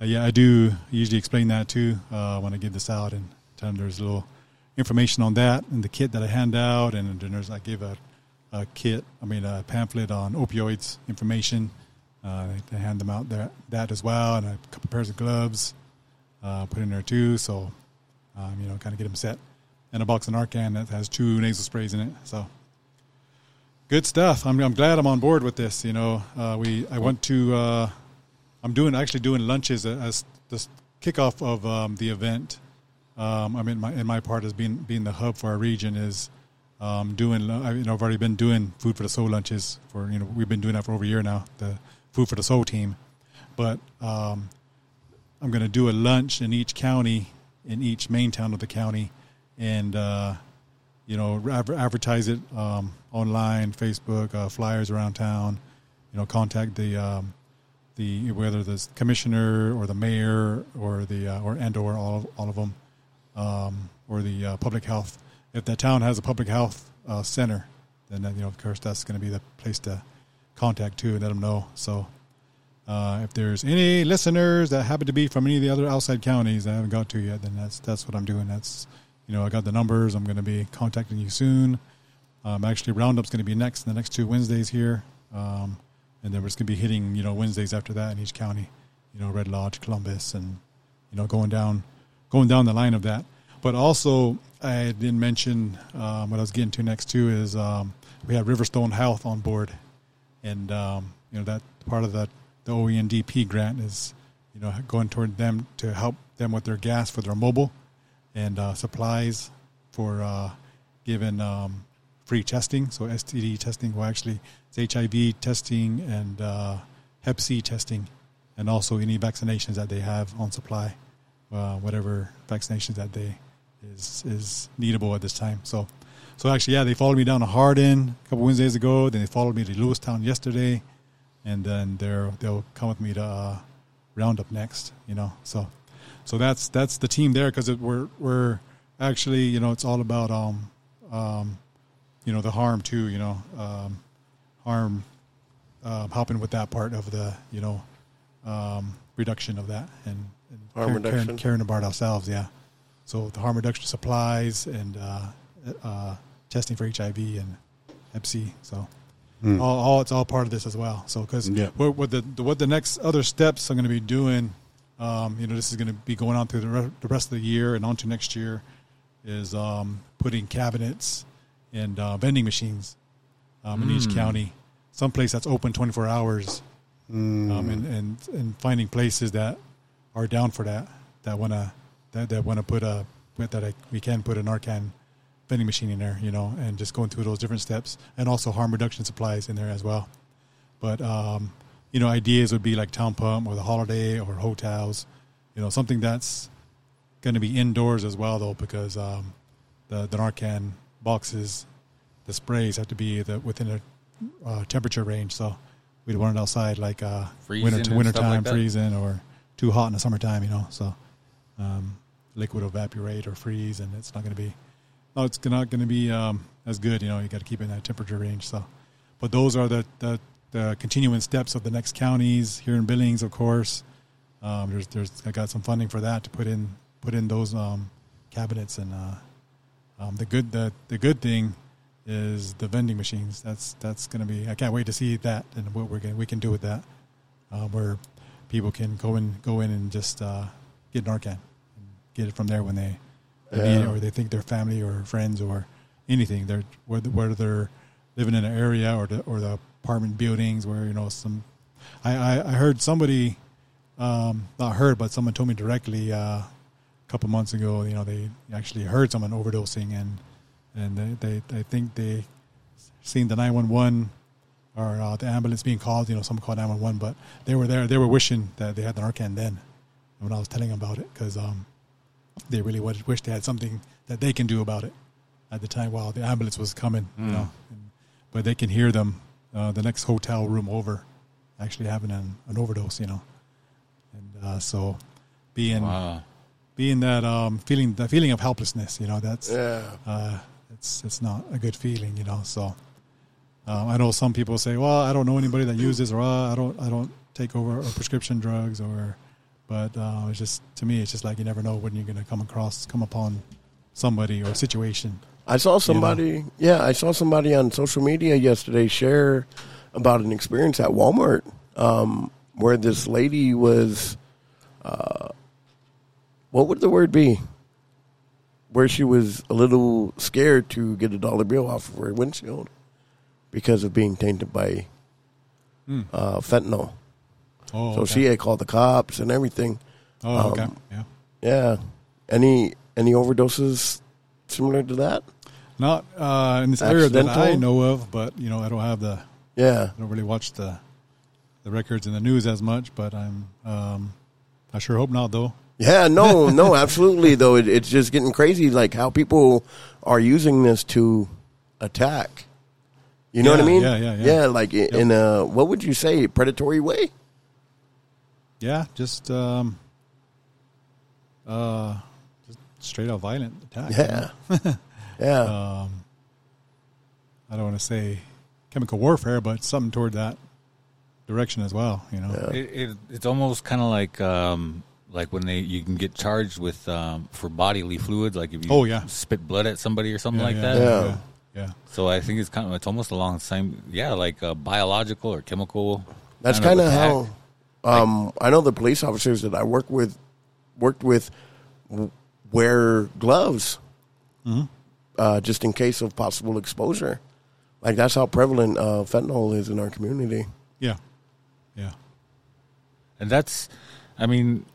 uh, yeah, I do usually explain that too uh, when I give this out and tell them there's a little information on that and the kit that I hand out and then there's I give a, a kit, I mean a pamphlet on opioids information. Uh, Uh, they, they hand them out there, that as well, and a couple pairs of gloves uh, put in there too. So, um, you know, kind of get them set. And a box of Narcan that has two nasal sprays in it. So, good stuff. I'm, I'm glad I'm on board with this. You know, uh, we I went to uh, I'm doing actually doing lunches a- as the kickoff of um, the event. Um, I mean, my in my part as being being the hub for our region is um, doing. I, you know, I've already been doing food for the soul lunches for you know we've been doing that for over a year now. The food for the soul team, but um, I'm going to do a lunch in each county in each main town of the county, and uh, you know, adver- advertise it um, online, Facebook, uh, flyers around town. You know, contact the um, the whether the commissioner or the mayor or the uh, or and or all all of them um, or the uh, public health. If the town has a public health uh, center, then uh, you know, of course, that's going to be the place to contact to and let them know. So. Uh, if there's any listeners that happen to be from any of the other outside counties that I haven't got to yet, then that's that's what I'm doing. That's you know I got the numbers. I'm going to be contacting you soon. Um, actually, Roundup's going to be next the next two Wednesdays here, um, and then we're just going to be hitting you know Wednesdays after that in each county. You know, Red Lodge, Columbus, and you know going down going down the line of that. But also, I didn't mention um, what I was getting to next too is um, we have Riverstone Health on board and um, you know that part of the the E OENDP grant is you know going toward them to help them with their gas for their mobile and uh, supplies for uh, giving um, free testing. So STD testing, well, actually it's HIV testing and uh, Hep C testing, and also any vaccinations that they have on supply, uh, whatever vaccinations that they is is needable at this time. So, so actually, yeah, they followed me down to Hardin a couple Wednesdays ago. Then they followed me to Lewistown yesterday, and then they're they'll come with me to uh, Roundup next. You know, so so that's that's the team there because we're we're actually you know it's all about um um you know the harm too you know um harm um, helping with that part of the you know um reduction of that and, and
Harm
caring- caring-
reduction.
caring about ourselves yeah so the harm reduction supplies and uh, uh, testing for HIV and Hep C. So all, all it's all part of this as well. So because
Yeah.
what, what the the- what the next other steps I'm going to be doing, um, you know, this is going to be going on through the, re- the rest of the year and on to next year, is um, putting cabinets and uh, vending machines um, in each county, someplace that's open 24 hours, um, and, and and finding places that are down for that that want to that, that want to put a that I, we can put an Narcan vending machine in there, you know, and just going through those different steps, and also harm reduction supplies in there as well. But um, you know, ideas would be like town pump or the holiday or hotels, you know, something that's going to be indoors as well, though, because um, the the Narcan boxes, the sprays have to be the, within a uh, temperature range. So we'd want it outside, like uh,
Freezing
winter
and
winter
stuff like
time,
that?
freezing, or too hot in the summertime. You know, so um, liquid will evaporate or freeze, and it's not going to be. No, it's not going to be um, as good. You know, you got to keep it in that temperature range. So, but those are the, the the continuing steps of the next counties here in Billings, of course. Um, there's, there's, I got some funding for that to put in, put in those um, cabinets, and uh, um, the good, the, the good thing is the vending machines. That's that's going to be. I can't wait to see that and what we're gonna, we can do with that, uh, where people can go and go in and just uh, get Narcan, and get it from there when they, they need it, or they think their family or friends or anything. They're whether, whether they're living in an area or the, or the apartment buildings where you know some. I, I, I heard somebody um, not heard, but someone told me directly uh, a couple months ago. You know, they actually heard someone overdosing, and and they they, they think they seen the nine one one or uh, the ambulance being called. You know, someone called nine one one, but they were there. They were wishing that they had the Narcan then. When I was telling them about it, because um, they really would wish they had something that they can do about it at the time while the ambulance was coming. You know, and, but they can hear them uh, the next hotel room over, actually having an, an overdose. You know and uh, so being
Wow.
being that um, feeling the feeling of helplessness you know that's
Yeah.
uh, it's it's not a good feeling you know so um, I know some people say well I don't know anybody that uses or uh, I don't I don't take over or prescription drugs or but uh, it's just to me it's just like you never know when you're gonna come across come upon somebody or situation
I saw somebody. Yeah, I saw somebody on social media yesterday share about an experience at Walmart. um, where this lady was. Uh, what would the word be? Where she was a little scared to get a dollar bill off of her windshield because of being tainted by uh, fentanyl.
Hmm. Oh,
So
okay.
she um, had called the cops and everything.
Oh, okay. yeah.
Yeah. Any any overdoses similar to that?
Not uh, in this area that I
Accidental?
know of, but you know, I don't have the.
Yeah.
I don't really watch the the records in the news as much, but I'm. Um, I sure hope not, though.
Yeah, no, no, absolutely. Though it, it's just getting crazy, like how people are using this to attack. You know what I
Yeah,
mean?
yeah, yeah, yeah.
like i- in a what would you say predatory way?
Yeah, just um, uh, just straight out violent attack. you know?
Yeah, yeah,
I don't want to say chemical warfare, but something toward that direction as well. You know.
It, it, it's almost kind of like um, like when they you can get charged with um, for bodily fluids, like if you
Oh, yeah.
spit blood at somebody or something
Yeah,
like
yeah,
that.
Yeah.
yeah, yeah.
So I think it's kind of it's almost along the same yeah like uh, biological or chemical.
that's kind of how. Um, I know the police officers that I work with worked with w- wear gloves
Mm-hmm.
uh, just in case of possible exposure. Like that's how prevalent uh, fentanyl is in our community.
Yeah. Yeah.
and that's I mean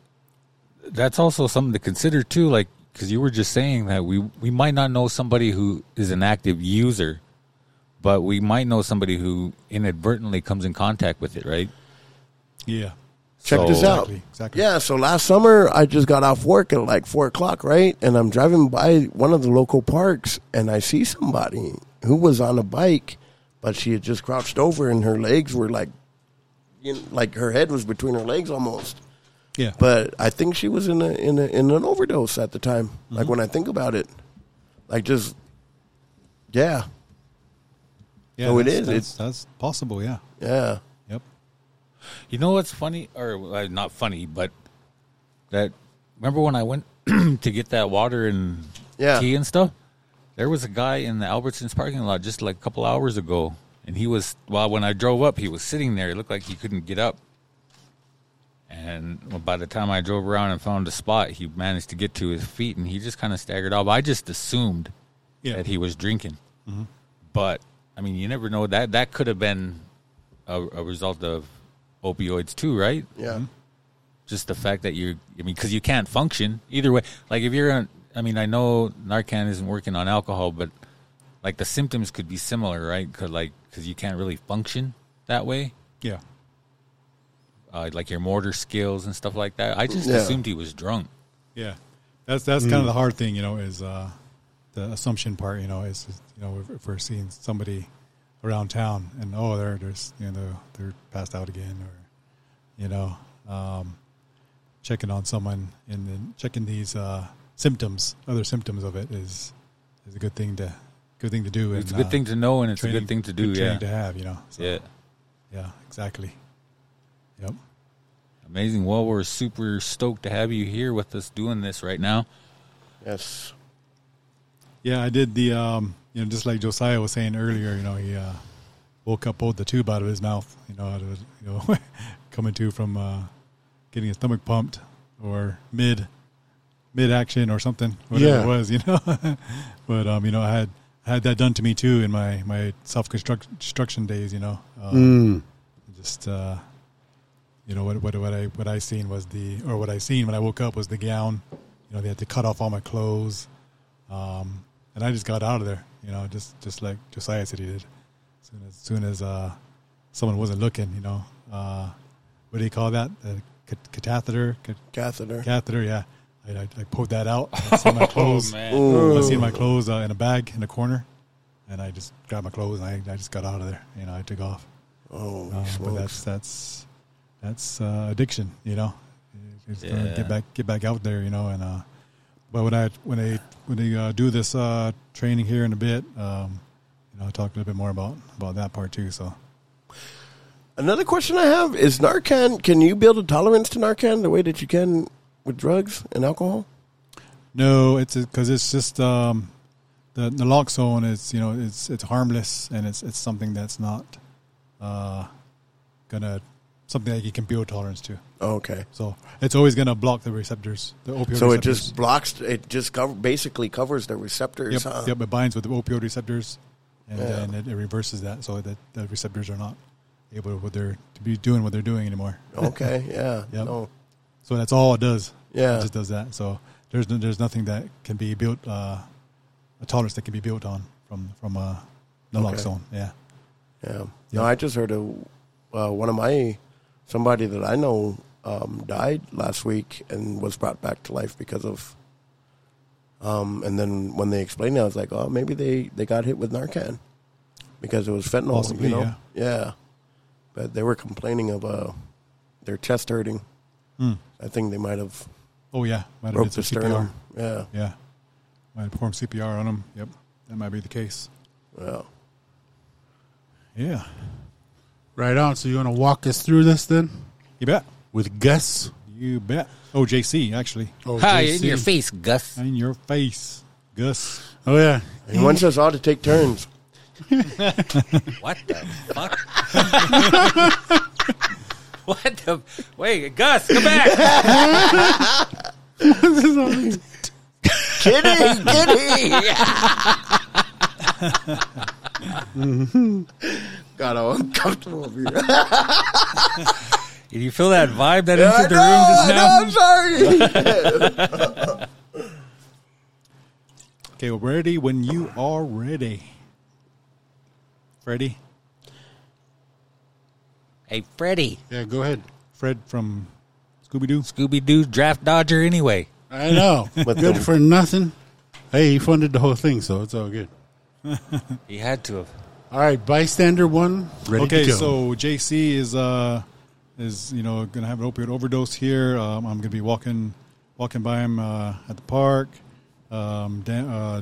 that's also something to consider too, like because you were just saying that we we might not know somebody who is an active user, but we might know somebody who inadvertently comes in contact with it, right?
Yeah.
Check
So-
this out.
Exactly, exactly.
Yeah, so last summer I just got off work at like four o'clock, right? And I'm driving by one of the local parks and I see somebody who was on a bike, but she had just crouched over and her legs were like, you know, like her head was between her legs almost.
Yeah.
But I think she was in a in a in an overdose at the time. Like when I think about it, like just yeah,
yeah,
no, it
that's-
is.
That's,
It's-
that's possible. Yeah.
yeah,
Yep.
You know what's funny, or uh, not funny, but that remember when I went to get that water and
Yeah.
tea and stuff? There was a guy in the Albertsons parking lot just like a couple hours ago, and he was well. When I drove up, he was sitting there. It looked like he couldn't get up. And by the time I drove around and found a spot, he managed to get to his feet, and he just kind of staggered off. I just assumed
Yeah.
that he was drinking, but I mean, you never know that that could have been a, a result of opioids too, right?
yeah,
just the fact that you're i mean because you can't function either way like if you're on i mean i know narcan isn't working on alcohol but like the symptoms could be similar right because like because you can't really function that way
Yeah.
uh, like your motor skills and stuff like that i just
Yeah.
assumed he was drunk
Yeah. That's that's kind of the hard thing, you know, is uh, the assumption part. You know, is you know if, if we're seeing somebody around town and oh they're there's you know they're, they're passed out again or you know um, checking on someone and then checking these uh, symptoms, other symptoms of it is is a good thing to good thing to do.
it's a
and,
good
uh,
thing to know and it's a
training-
good thing to do
training
yeah
to have, you know. So,
yeah
Yeah, exactly. Yep.
amazing well we're super stoked to have you here with us doing this right now
yes,
Yeah, I did the um, you know, just like Josiah was saying earlier, you know, he uh, woke up pulled the tube out of his mouth, you know, out of his- you know, coming to from uh, getting his stomach pumped or mid mid action or something, whatever
Yeah.
it was, you know. but um, you know, I had I had that done to me too in my my self construction days, you know. Um, Just uh, you know what what what I what I seen was the or what I seen when I woke up was the gown. You know, they had to cut off all my clothes um, and I just got out of there. You know, just just like Josiah said he did. Soon as soon as uh, someone wasn't looking, you know, uh, what do you call that? The cat- catheter, cat-
catheter.
catheter. Yeah, I, I, I pulled that out. I seen my clothes. I seen my clothes uh, in a bag in a corner, and I just grabbed my clothes and I, I just got out of there. You know, I took off.
Oh,
Uh, but
smokes.
that's that's that's uh, addiction, you know. You just gotta
Yeah.
get back get back out there, you know. And uh, but when I when they when they uh, do this uh, training here in a bit, um, you know, I'll talk a little bit more about about that part too. So
Another question I have is Narcan. Can you build a tolerance to Narcan the way that you can with drugs and alcohol?
no, it's because it's just um, the naloxone is you know it's it's harmless and it's it's something that's not uh, gonna something like you can build tolerance to.
Oh, Okay.
So it's always going to block the receptors, the opioid
So
receptors.
it just blocks. It just cover, basically covers the receptors.
Yep,
huh?
yep, it binds with the opioid receptors, and
Yeah.
then it, it reverses that, so that the receptors are not able to, what they're, to be doing what they're doing anymore.
Okay. Yeah.
Yep.
No.
So that's all it does.
Yeah.
it just does that. So there's no- there's nothing that can be built uh, a tolerance that can be built on from from uh, naloxone. Yeah,
Yeah. No, I just heard of uh, one of my somebody that I know um, died last week and was brought back to life because of. Um, and then when they explained it, I was like, oh, maybe they they got hit with Narcan because it was fentanyl.
Possibly,
you know?
yeah.
But they were complaining of uh, their chest hurting.
Hmm.
I think they might have
Oh yeah, might
broke
have
the
did some CPR.
sternum. Yeah.
Yeah, might perform CPR on them. Yep, that might be the case.
Yeah.
Yeah,
Right on. So you want to walk us through this then
you bet.
with Gus?
You bet. Oh, JC, actually,
Oh,
Hi,
JC.
in your face, Gus.
in your face, Gus.
Oh yeah.
He wants us all to take turns.
What the fuck? what the? Wait, Gus, come back.
Kitty, kitty. Got all uncomfortable over here.
Did you feel that vibe that
I
entered the room
know,
just now?
I know, I'm sorry.
Okay, well, ready when you are ready. Freddie,
Hey, Freddy,
Yeah. Go ahead.
Fred from Scooby Doo.
Scooby Doo draft dodger. Anyway,
I know.
With
good
the-
for nothing. Hey, he funded the whole thing, so it's all good.
he had to have.
All right, bystander one, ready
okay,
to go.
so JC is uh is you know gonna have an opioid overdose here. Um, I'm gonna be walking walking by him uh, at the park. Um, Dan, uh,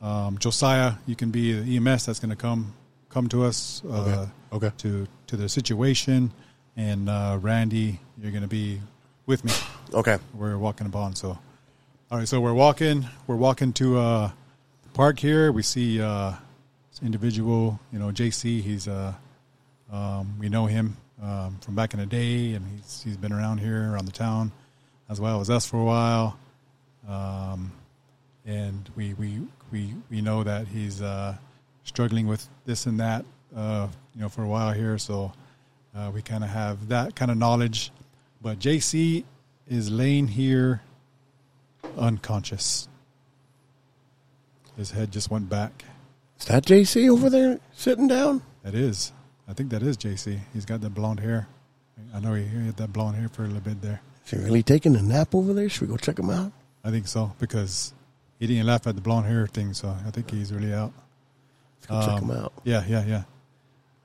um, Josiah, you can be the EMS that's gonna come come to us. Uh,
okay.
To to the situation, and uh, Randy, you're gonna be with me.
okay.
We're walking upon. So, all right. So we're walking. We're walking to uh, the park here. We see uh, this individual. You know, JC. He's uh, um, we know him um, from back in the day, and he's he's been around here around the town as well as us for a while. Um, and we we we we know that he's uh, struggling with this and that. Uh, you know, for a while here, so uh, we kind of have that kind of knowledge. But JC is laying here unconscious. His head just went back.
Is that JC over there sitting down?
That is, I think that is JC. He's got that blonde hair. I know he he had that blonde hair for a little bit there.
Is he really taking a nap over there? Should we go check him out?
I think so because he didn't laugh at the blonde hair thing, so I think he's really out.
Let's go check him out.
Um, Yeah, yeah, yeah.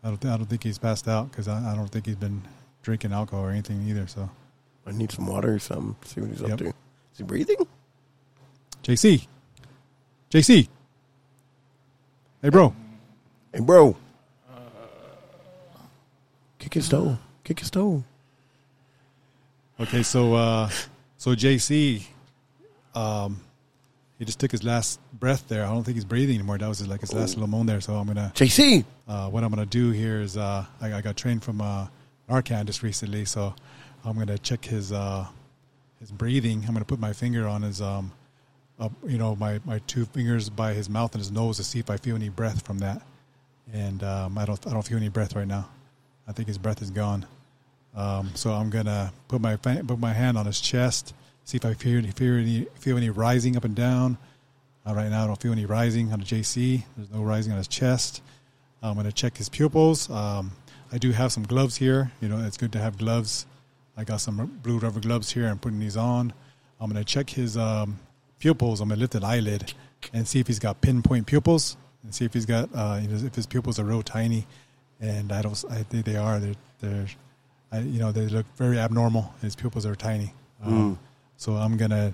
I don't, I don't think he's passed out because I, I don't think he's been drinking alcohol or anything either. So,
I need some water or something. See what he's
Yep.
up to. Is he breathing?
JC, JC, hey bro,
Hey, bro. Kick his toe. Kick his toe.
Okay, so uh, so JC, um, he just took his last breath there. I don't think he's breathing anymore. That was like his last little moan there. So I'm gonna
JC.
uh, what I'm gonna do here is uh, I, I got trained from uh, Narcan just recently, so I'm gonna check his uh, his breathing. I'm gonna put my finger on his um, up, you know, my my two fingers by his mouth and his nose to see if I feel any breath from that. And um, I don't I don't feel any breath right now. I think his breath is gone. Um, so I'm gonna put my fa- put my hand on his chest, see if I feel any feel any feel any rising up and down. Uh, right now, I don't feel any rising on the JC. There's no rising on his chest. I'm gonna check his pupils. Um, I do have some gloves here. You know, it's good to have gloves. I got some r- blue rubber gloves here. I'm putting these on. I'm gonna check his um, pupils. I'm gonna lift an eyelid and see if he's got pinpoint pupils and see if he's got uh, you know, if his pupils are real tiny. And I don't. s- I think they are. They're. they're I, you know, they look very abnormal. His pupils are tiny. Um, So I'm gonna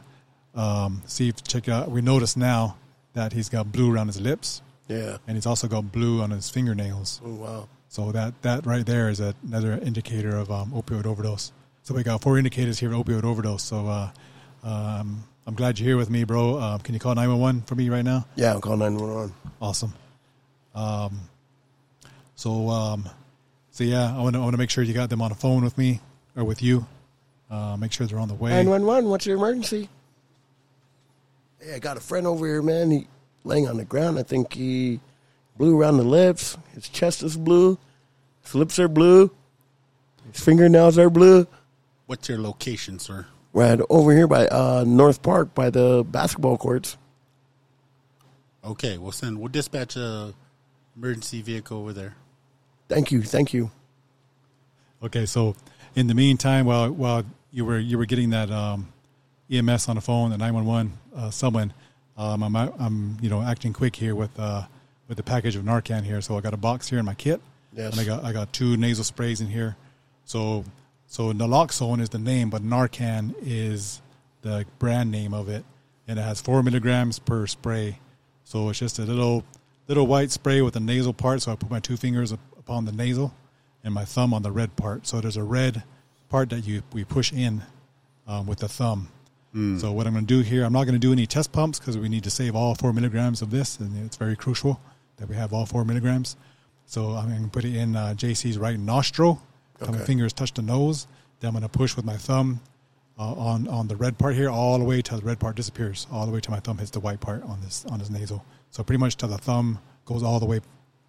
um, see if check out. We notice now that he's got blue around his lips
Yeah.
and he's also got blue on his fingernails.
Oh, wow.
So that that right there is another indicator of um, opioid overdose. So we got four indicators here of opioid overdose. So uh, um, I'm glad you're here with me, bro. Uh, can you call 911 for me right now?
Yeah, I'll call 911.
Awesome. Um, so um, So yeah, I want to I want to make sure you got them on the phone with me or with you. Uh, make sure they're on the way.
Nine one one. What's your emergency? Hey, I got a friend over here, man. He laying on the ground. I think he blew around the lips. His chest is blue. His lips are blue. His fingernails are blue.
What's your location, sir?
Right over here by uh, North Park, by the basketball courts.
Okay, we'll send. We'll dispatch a emergency vehicle over there.
Thank you, thank you.
Okay, so in the meantime, while while you were you were getting that um, EMS on the phone, the nine one one, someone, um, I'm I'm you know acting quick here with uh, with the package of Narcan here. So I got a box here in my kit,
Yes.
and I got I got two nasal sprays in here. So so naloxone is the name, but Narcan is the brand name of it, and it has four milligrams per spray. So it's just a little little white spray with a nasal part. So I put my two fingers up- upon the nasal and my thumb on the red part. So there's a red part that you we push in um, with the thumb. So what I'm going to do here, I'm not going to do any test pumps because we need to save all four milligrams of this, and it's very crucial that we have all four milligrams. So I'm going to put it in uh, JC's right nostril. Till My fingers touch the nose. Then I'm going to push with my thumb uh, on on the red part here, all the way till the red part disappears, all the way till my thumb hits the white part on this on his nasal. So pretty much till the thumb goes all the way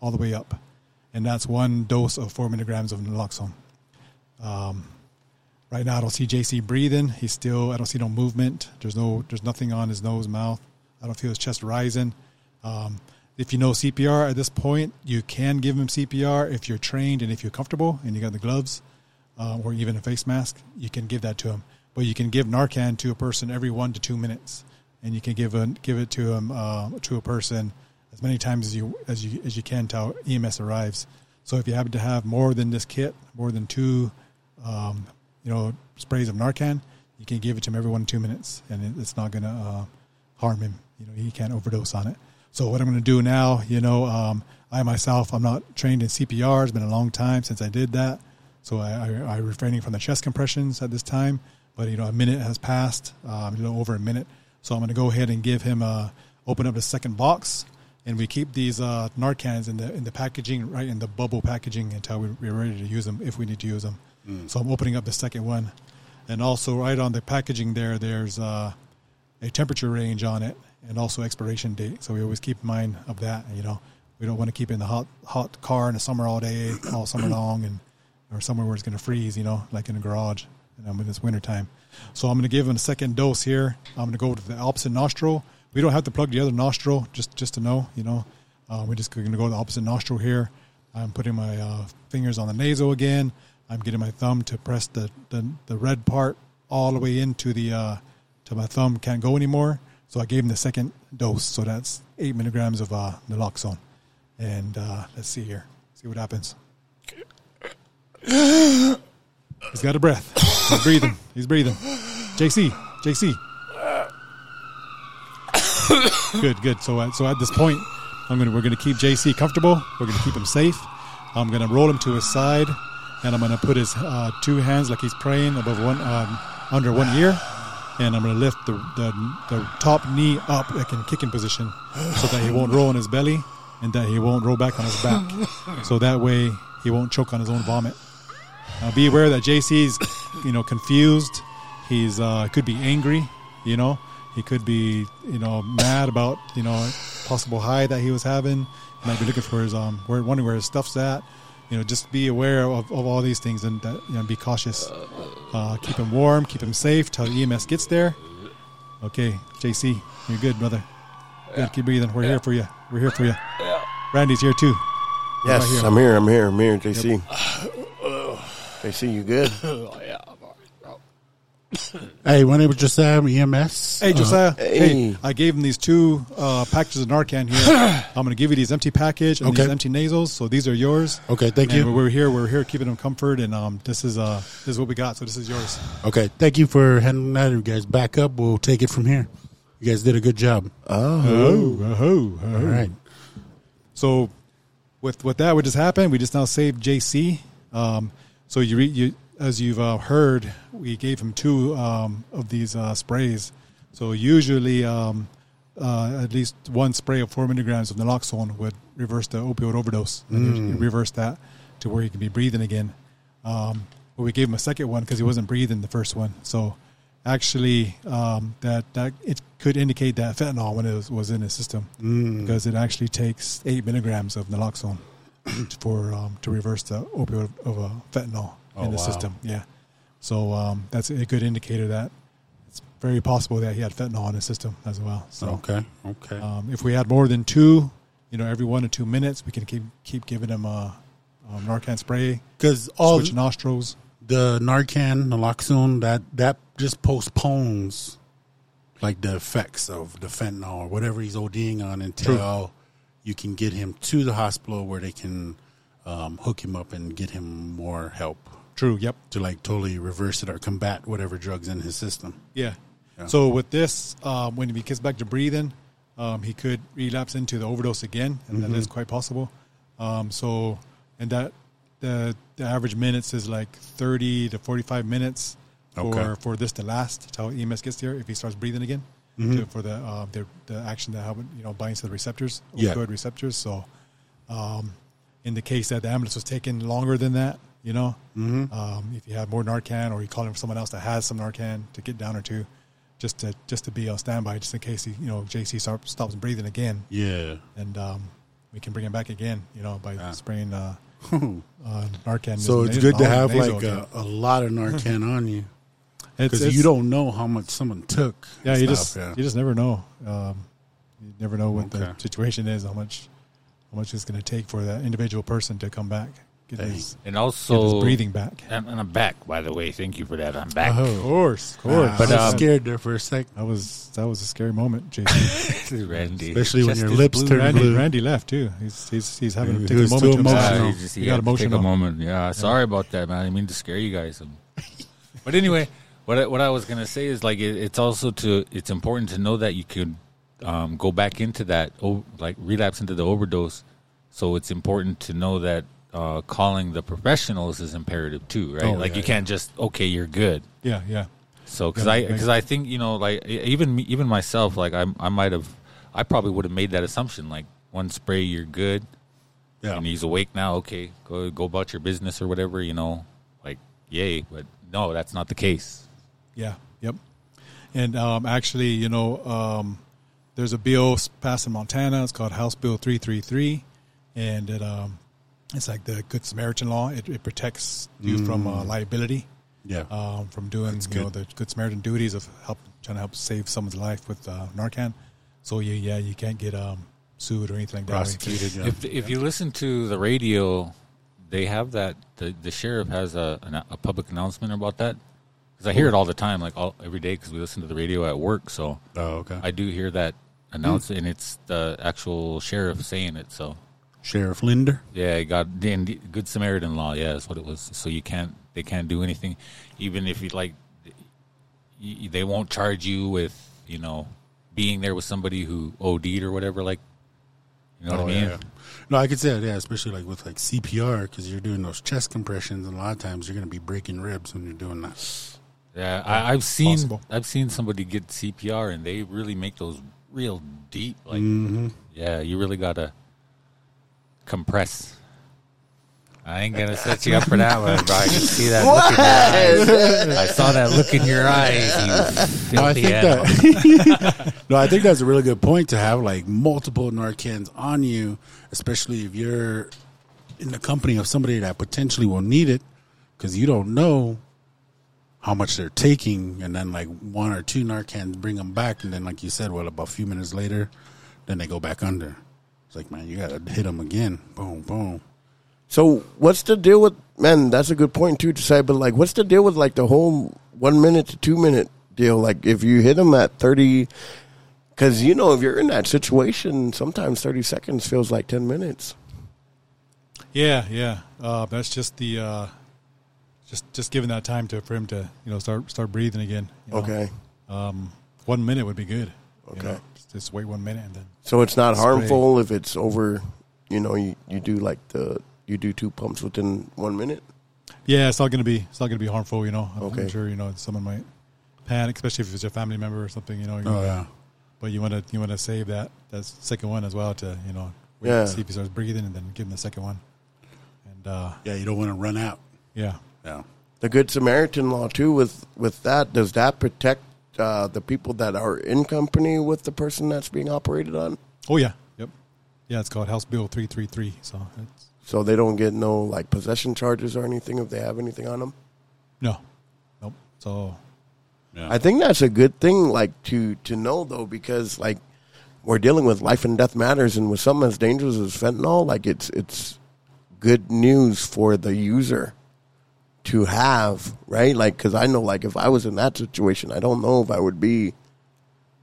all the way up, and that's one dose of four milligrams of naloxone. Right now, I don't see JC breathing. He's still. I don't see no movement. There's no. There's nothing on his nose, mouth. I don't feel his chest rising. Um, if you know CPR at this point, you can give him CPR if you're trained and if you're comfortable and you got the gloves uh, or even a face mask. You can give that to him. But you can give Narcan to a person every one to two minutes, and you can give a, give it to him uh, to a person as many times as you as you as you can till EMS arrives. So if you happen to have more than this kit, more than two um, you know, sprays of Narcan, you can give it to him every one to two minutes, and it, it's not going to uh, harm him. You know, he can't overdose on it. So what I'm going to do now, you know, um, I myself, I'm not trained in CPR. It's been a long time since I did that, so I, I, I refraining from the chest compressions at this time. But you know, a minute has passed, um, you know, over a minute. So I'm going to go ahead and give him a open up the second box, and we keep these uh, Narcans in the in the packaging, right in the bubble packaging, until we, we're ready to use them if we need to use them. So I'm opening up the second one, and also right on the packaging there, there's uh, a temperature range on it, and also expiration date. So we always keep in mind of that. You know, we don't want to keep it in the hot hot car in the summer all day, all summer long, and or somewhere where it's going to freeze. You know, like in a garage, and I'm in this winter time. So I'm going to give him a second dose here. I'm going to go to the opposite nostril. We don't have to plug the other nostril, just just to know. You know, uh, we're just going to go to the opposite nostril here. I'm putting my uh, fingers on the nasal again. I'm getting my thumb to press the, the, the red part all the way into the uh, to my thumb can't go anymore. So I gave him the second dose. So that's eight milligrams of uh, naloxone. And uh, let's see here, see what happens. He's got a breath. He's breathing. He's breathing. JC, JC. good, good. So, at, so at this point, I'm gonna we're gonna keep JC comfortable. We're gonna keep him safe. I'm gonna roll him to his side, and I'm gonna put his uh, two hands like he's praying above one um, under one ear, and I'm gonna lift the, the the top knee up like in kicking position, so that he won't roll on his belly and that he won't roll back on his back. so that way he won't choke on his own vomit. Uh, be aware that JC's, you know, confused. He's uh, could be angry. You know, he could be you know mad about you know possible high that he was having. He might be looking for his um, where, wondering where his stuff's at. You know, just be aware of, of all these things and that, you know, be cautious. Uh, keep him warm, keep him safe till the EMS gets there. Okay, JC, you're good, brother. Good, keep breathing. We're here for you. We're here for you. Randy's here too.
Yes,
right here.
I'm here. I'm here. I'm here. JC. JC, you good?
Hey, my name is Josiah
E
EMS.
Hey, Josiah. hey.
hey.
I gave him these two uh, packages of Narcan here. I'm going to give you these empty package and these
Okay.
empty nasals. So these are yours.
Okay, thank
And
you.
We're, we're here. We're here keeping them comfort, and um, this is uh, this is what we got. So this is yours.
Okay, thank you for handling that. You guys back up. We'll take it from here. You guys did a good job.
Oh, oh, oh.
All right.
So, with with that, what just happened? We just now saved JC. Um, so you, re, you as you've uh, heard, we gave him two um, of these uh, sprays. So usually, um, uh, at least one spray of four milligrams of naloxone would reverse the opioid overdose. And you- you reverse that. to where he could be breathing again. Um, but we gave him a second one because he wasn't breathing the first one. So actually, um, that that it could indicate that fentanyl when it was, was in his system because it actually takes eight milligrams of naloxone for um, to reverse the opioid of uh, fentanyl in the system. Yeah. So um, that's a good indicator that it's very possible that he had fentanyl in his system as well. So
Okay. Okay.
um, if we had more than two, you know, every one to two minutes, we can keep keep giving him uh, um, Narcan spray,
Because all
switch nostrils.
the Narcan, naloxone, that that just postpones like the effects of the fentanyl or whatever he's ODing on until you can get him to the hospital where they can um, hook him up and get him more help
True. Yep.
to like totally reverse it or combat whatever drugs in his system.
Yeah. So with this, um, when he gets back to breathing, um, he could relapse into the overdose again, and that is quite possible. Um, so, and that the the average minutes is like thirty to forty five minutes for
Okay.
for this to last till EMS gets there if he starts breathing again
Mm-hmm.
to, for the, uh, the the action that happen, you know binds to the receptors,
Yeah.
opioid receptors. So, um, in the case that the ambulance was taking longer than that, you know,
Mm-hmm.
um, if you have more Narcan or you call in for someone else that has some Narcan to get down or two, just to just to be on standby, just in case he, you know JC start, stops breathing again,
Yeah. Ah.
and um, we can bring him back again, you know, by spraying uh, uh, Narcan.
So
nas-
it's
nas-
good to
nasal
have
again.
like a, a lot of Narcan on you
It's-
because
it's-
you don't know how much someone took.
Yeah,
and
you
stuff,
just you just never know. Um, you never know what
Okay.
the situation is, how much how much it's going to take for that individual person to come back, get his,
And
get his
also
breathing back.
I'm, and I'm back, by the way. Thank you for that. I'm back.
Oh,
Of course, of course.
Ah,
But,
I was
um,
scared there for a sec,
that was that was a scary moment, Jason.
Randy,
especially when
Just
your
his
lips turn
Randy,
blue.
Randy left too. He's he's he's having
He
to take a
was
moment
too
to himself.
emotional.
Yeah, you just-
He
you
got
had to take
emotional.
a moment. Yeah, sorry about that, man. I didn't mean to scare you guys. Um, But anyway, what I, what I was gonna say is like it, it's also to it's important to know that you could um, go back into that o- like relapse into the overdose. So it's important to know that uh, calling the professionals is imperative too, right?
Oh,
like
yeah,
you can't just okay, you're good.
Yeah, yeah,
So because
Yeah,
I
makes-
because I think you know like e- even me- even myself like I I might have I probably would have made that assumption like one spray you're good
Yeah.
and he's awake now okay go go about your business or whatever you know like yay but no that's not the case
yeah, yep. And um, actually, you know, um, there's a bill s- passed in Montana. It's called House Bill 333, and it um, it's like the Good Samaritan law. It, it protects you from uh, liability.
Yeah.
um, from doing you know the Good Samaritan duties of help trying to help save someone's life with uh, Narcan. So you, yeah, you can't get um, sued or anything like that.
Prosecuted, yeah.
if if you listen to the radio they have that the the sheriff has a an, a public announcement about that because I hear it all the time like all every day because we listen to the radio at work so
Oh, okay.
I do hear that announcement and it's the actual sheriff saying it so.
Sheriff Linder.
Yeah, it got then the Good Samaritan law. Yeah, that's what it was. So you can't, they can't do anything, even if you like, y- they won't charge you with you know being there with somebody who OD'd or whatever. Like, you know what I mean?
Oh, yeah. No, I could say that, yeah, especially like with like CPR because you're doing those chest compressions, and a lot of times you're going to be breaking ribs when you're doing that.
Yeah, I, I've seen
Possible.
I've seen somebody get CPR and they really make those real deep. Like,
Mm-hmm.
yeah, you really gotta compress. I ain't gonna set you up for that one, bro. I can see that look in your eyes. I saw that look in your eyes. You
No, I
filthy
think
animal.
that. no, I think that's a really good point to have like multiple Narcans on you, especially if you're in the company of somebody that potentially will need it, because you don't know how much they're taking, and then like one or two Narcans bring them back, and then like you said, well, about a few minutes later, then they go back under. It's like, man, you got to hit them again. Boom, boom.
So what's the deal with man? That's a good point too to say. But like, what's the deal with like the whole one minute to two minute deal? Like, if you hit them at thirty, because you know if you're in that situation, sometimes thirty seconds feels like ten minutes.
Yeah, yeah. Uh, that's just the uh, just just giving that time to for him to you know start start breathing again. you know.
Okay,
one minute would be good. you
Okay.
know. just, just wait one minute and then
so it's not
Spray.
harmful if it's over. You know, you, you do like the you do two pumps within one minute.
yeah, it's not gonna be it's not gonna be harmful. You know, I'm,
Okay.
I'm sure you know someone might panic, especially if it's a family member or something. You know, you
Oh yeah.
But you want to you want to save that that second one as well to you know wait
Yeah.
see if he starts breathing and then give him the second one. And uh,
Yeah, you don't want to run out.
yeah,
No.
The Good Samaritan law too. With with that, does that protect uh, the people that are in company with the person that's being operated on,
oh yeah, yep, yeah. It's called House Bill three three three. So it's,
so they don't get no like possession charges or anything if they have anything on them?
no, nope. So
I think that's a good thing, like to to know though, because like we're dealing with life and death matters, and with something as dangerous as fentanyl, like it's it's good news for the user to have, right? Like, because I know, like, if I was in that situation, I don't know if I would be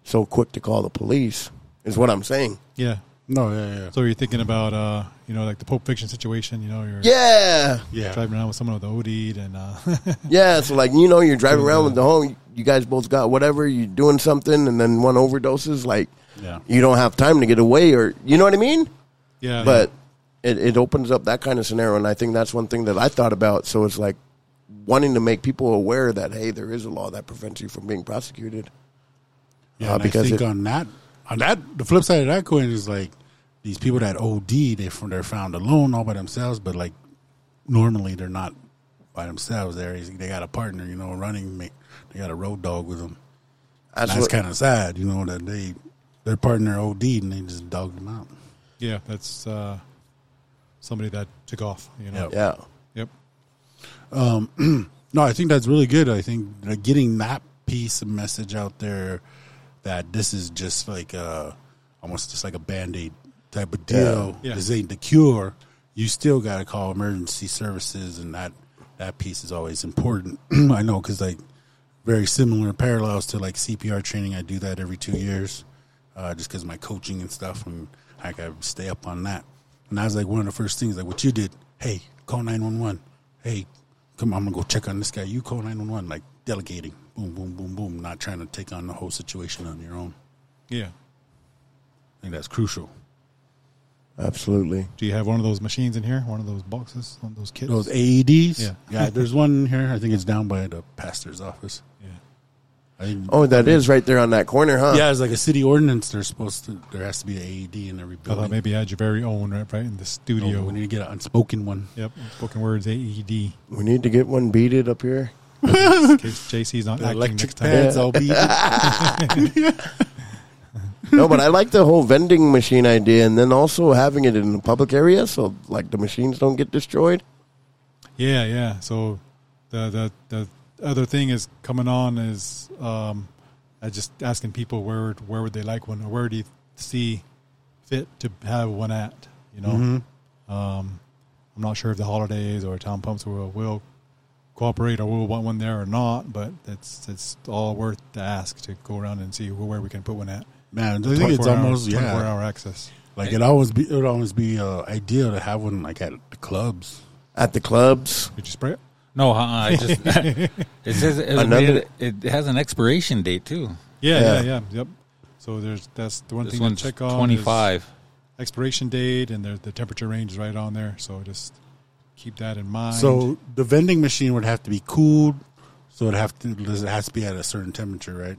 so quick to call the police. Is what I'm saying.
yeah.
No, yeah, yeah.
So you're thinking about uh, you know like the Pulp Fiction situation. You know, you're
Yeah,
Yeah.
driving around with someone with OD and uh,
yeah. So like, you know, you're driving around with the home. You guys both got whatever. You're doing something, and then one overdoses. Like,
Yeah.
you don't have time to get away, or you know what I mean.
yeah,
Oh,
but it, it opens up that kind of scenario and i think that's one thing that i thought about so it's like wanting to make people aware that hey there is a law that prevents you from being prosecuted
Yeah,
Uh,
and
because
I think
it-
on that, on that, the flip side of that coin is like these people that OD, they from they're found alone, all by themselves. But like normally, they're not by themselves. They they got a partner, you know, running mate. They got a road dog with them.
that's,
That's
what,
kind of sad, you know, that they their partner OD and they just dogged them out.
yeah. That's uh, somebody that took off. You know,
yeah
yep.
No, I think that's really good. I think like, getting that piece of message out there that this is just like a, almost just like a band aid type of deal.
Yeah.
This ain't the cure. You still got to call emergency services, and that that piece is always important. I know because like very similar parallels to like CPR training. I do that every two years, uh, just because my coaching and stuff, and I gotta stay up on that. And that was like one of the first things, like what you did. Hey, call nine one one. Hey, come on, I'm gonna go check on this guy. You call nine one one. Like delegating, boom, boom, boom, boom. Not trying to take on the whole situation on your own.
Yeah.
I think that's crucial.
absolutely
Do you have one of those machines in here? One of those boxes? One of those kits?
Those AEDs.
Yeah.
yeah. There's one here. I think it's down by the pastor's office.
yeah.
I think,
oh that is right there on that corner huh
Yeah, it's like a city ordinance. They're supposed to. There has to be an AED in every
I thought
building.
maybe you had your very own right, right in the
No,
studio.
we need to get an unspoken one.
Yep, spoken words AED.
we need to get one beaded up here
In case JC's not acting
electric
next time.
pads all beat.
no but i like the whole vending machine idea and then also having it in a public area so like the machines don't get destroyed
Yeah, yeah. So the the the other thing is coming on is um, I just asking people where where would they like one or where do you see fit to have one at? You know, um,
Mm-hmm.
I'm not sure if the holidays or town pumps will will cooperate or will want one there or not, but it's it's all worth the ask to go around and see where we can put one at.
Man, I think it's
24 hour-
almost
24
yeah.
hour access.
Like it always be it would always be uh, ideal to have one like at the clubs.
at the clubs
Did you spray it?
No, uh-uh, I just it says it, was
Another-
made- it has an expiration date too.
Yeah,
Yeah.
yeah, yeah, yep. So there's that's the one
This
thing to
one's
check on. is
twenty five.
expiration date and the, the temperature range is right on there. So just keep that in mind.
So the vending machine would have to be cooled. So it have to it has to be at a certain temperature, right?